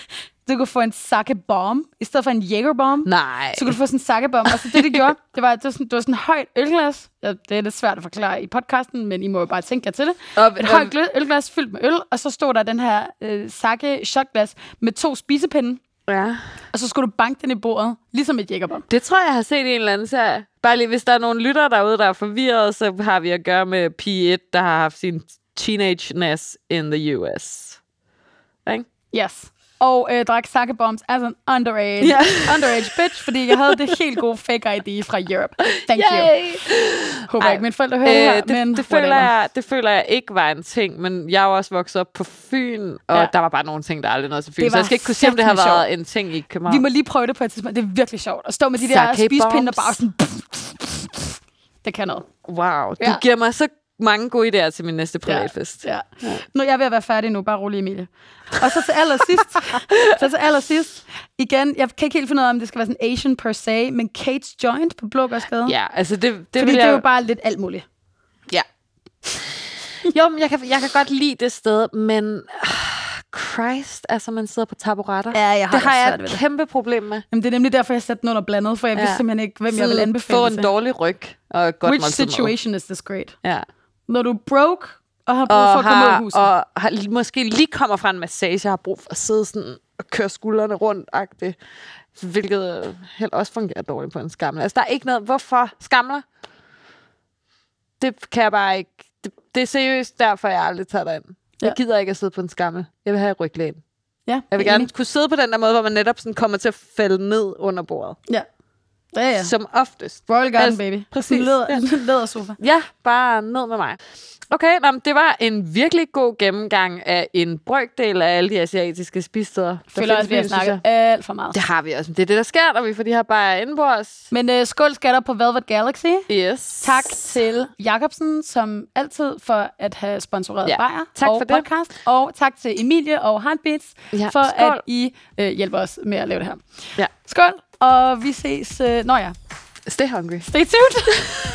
[SPEAKER 4] du kunne få en sakke bomb, i stedet for en jægerbomb.
[SPEAKER 3] Nej.
[SPEAKER 4] Så kunne du få sådan en sakkebombe. Og så det, det gjorde, det var, det var sådan, det var sådan et højt ølglas. Ja, det er lidt svært at forklare i podcasten, men I må jo bare tænke jer til det.
[SPEAKER 3] Og-
[SPEAKER 4] et højt gl- ølglas fyldt med øl, og så stod der den her øh, sakke shotglas med to spisepinde.
[SPEAKER 3] Ja.
[SPEAKER 4] Og så skulle du banke den i bordet, ligesom et jægerbombe.
[SPEAKER 3] Det tror jeg, jeg har set i en eller anden serie. Bare lige, hvis der er nogle lyttere derude, der er forvirret, så har vi at gøre med P1, der har haft sin teenage-ness in the US. Ikke?
[SPEAKER 4] Yes. Og øh, drak sakkebombs as an underage,
[SPEAKER 3] Ja.
[SPEAKER 4] underage bitch, fordi jeg havde det helt gode fake ID fra Europe. Thank you. Håber
[SPEAKER 3] Ej.
[SPEAKER 4] ikke, mine forældre hører
[SPEAKER 3] Øh,
[SPEAKER 4] det her,
[SPEAKER 3] det,
[SPEAKER 4] men
[SPEAKER 3] det, føler
[SPEAKER 4] whatever.
[SPEAKER 3] jeg, det føler jeg ikke var en ting, men jeg er jo også vokset op på Fyn, og ja.
[SPEAKER 4] Ja.
[SPEAKER 3] der var bare nogle ting, der aldrig nåede til Fyn.
[SPEAKER 4] Det
[SPEAKER 3] Så jeg
[SPEAKER 4] var
[SPEAKER 3] skal ikke kunne sige, om det har
[SPEAKER 4] satme
[SPEAKER 3] været en ting i København.
[SPEAKER 4] Vi må lige prøve det på et tidspunkt. Det er virkelig sjovt at stå med de der
[SPEAKER 3] Sake
[SPEAKER 4] spisepinde og
[SPEAKER 3] bombs.
[SPEAKER 4] bare sådan... Det kan noget.
[SPEAKER 3] Wow, du ja.
[SPEAKER 4] Ja.
[SPEAKER 3] giver mig så mange gode idéer til min næste privatfest.
[SPEAKER 4] Ja. Nu jeg er ved at være færdig nu, bare rolig Emilie. Og så til
[SPEAKER 3] *laughs*
[SPEAKER 4] allersidst, så til allersidst, igen, jeg kan ikke helt finde ud af, om det skal være sådan Asian per se, men Kate's Joint på Blågårdsgade.
[SPEAKER 3] Ja, altså det, det
[SPEAKER 4] Fordi
[SPEAKER 3] vil
[SPEAKER 4] det
[SPEAKER 3] jeg...
[SPEAKER 4] er jo bare lidt alt muligt.
[SPEAKER 3] Ja. Jo, men jeg kan, jeg kan godt lide det sted, men ah, Christ, altså man sidder på taburetter.
[SPEAKER 4] Ja, jeg har
[SPEAKER 3] det har
[SPEAKER 4] også
[SPEAKER 3] jeg
[SPEAKER 4] svært
[SPEAKER 3] et
[SPEAKER 4] ved det.
[SPEAKER 3] kæmpe problem med.
[SPEAKER 4] Jamen, det er nemlig derfor, jeg satte den under blandet, for jeg
[SPEAKER 3] Ja.
[SPEAKER 4] ja. vidste simpelthen ikke, hvem jeg ville
[SPEAKER 3] Sådan,
[SPEAKER 4] anbefale
[SPEAKER 3] Få
[SPEAKER 4] det
[SPEAKER 3] en
[SPEAKER 4] til.
[SPEAKER 3] dårlig ryg og et godt
[SPEAKER 4] Which
[SPEAKER 3] måltid mad.
[SPEAKER 4] situation is this great?
[SPEAKER 3] Ja.
[SPEAKER 4] Når du er broke og har brug
[SPEAKER 3] Og,
[SPEAKER 4] for at komme ud af
[SPEAKER 3] har,
[SPEAKER 4] huset.
[SPEAKER 3] og har, måske lige kommer fra en massage og har brug for at sidde sådan og køre skuldrene rundt -agtigt, hvilket øh, heller også fungerer dårligt på en skammel. Altså, der er ikke noget... Hvorfor skamler? Det kan jeg bare ikke... Det, det er seriøst derfor, jeg aldrig tager dig ind. Jeg
[SPEAKER 4] Ja.
[SPEAKER 3] gider ikke at sidde på en skammel. Jeg vil have ryglæn.
[SPEAKER 4] Ja,
[SPEAKER 3] Jeg vil
[SPEAKER 4] det er
[SPEAKER 3] gerne
[SPEAKER 4] enig.
[SPEAKER 3] kunne sidde på den der måde, hvor man netop sådan kommer til at falde ned under bordet.
[SPEAKER 4] Ja. Ja, ja.
[SPEAKER 3] Ja. Som oftest.
[SPEAKER 4] Royal Garden,
[SPEAKER 3] Altså,
[SPEAKER 4] baby.
[SPEAKER 3] præcis,
[SPEAKER 4] Læder,
[SPEAKER 3] ja.
[SPEAKER 4] lædersofa.
[SPEAKER 3] Ja, bare ned med mig. Okay, nå, men det var en virkelig god gennemgang af en brøkdel af alle de asiatiske spisesteder. der findes
[SPEAKER 4] føler også,
[SPEAKER 3] i
[SPEAKER 4] vi har
[SPEAKER 3] byen,
[SPEAKER 4] snakket
[SPEAKER 3] synes jeg.
[SPEAKER 4] alt for meget.
[SPEAKER 3] Det har vi også. men Det er det, der sker, når vi får de her bare inde på os.
[SPEAKER 4] Men øh, skål skatter på Velvet Galaxy.
[SPEAKER 3] Yes.
[SPEAKER 4] Tak til Jacobsen, som altid, for at have sponsoreret
[SPEAKER 3] Ja,
[SPEAKER 4] ja, Bayer
[SPEAKER 3] tak
[SPEAKER 4] og
[SPEAKER 3] for det.
[SPEAKER 4] podcast. Og tak til Emilie og Heartbeats,
[SPEAKER 3] Ja,
[SPEAKER 4] ja, for
[SPEAKER 3] skål.
[SPEAKER 4] skål. at I øh, hjælper os med at lave det her.
[SPEAKER 3] Ja.
[SPEAKER 4] Skål, og vi ses. Øh, Nå ja,
[SPEAKER 3] Stay hungry.
[SPEAKER 4] stay tuned!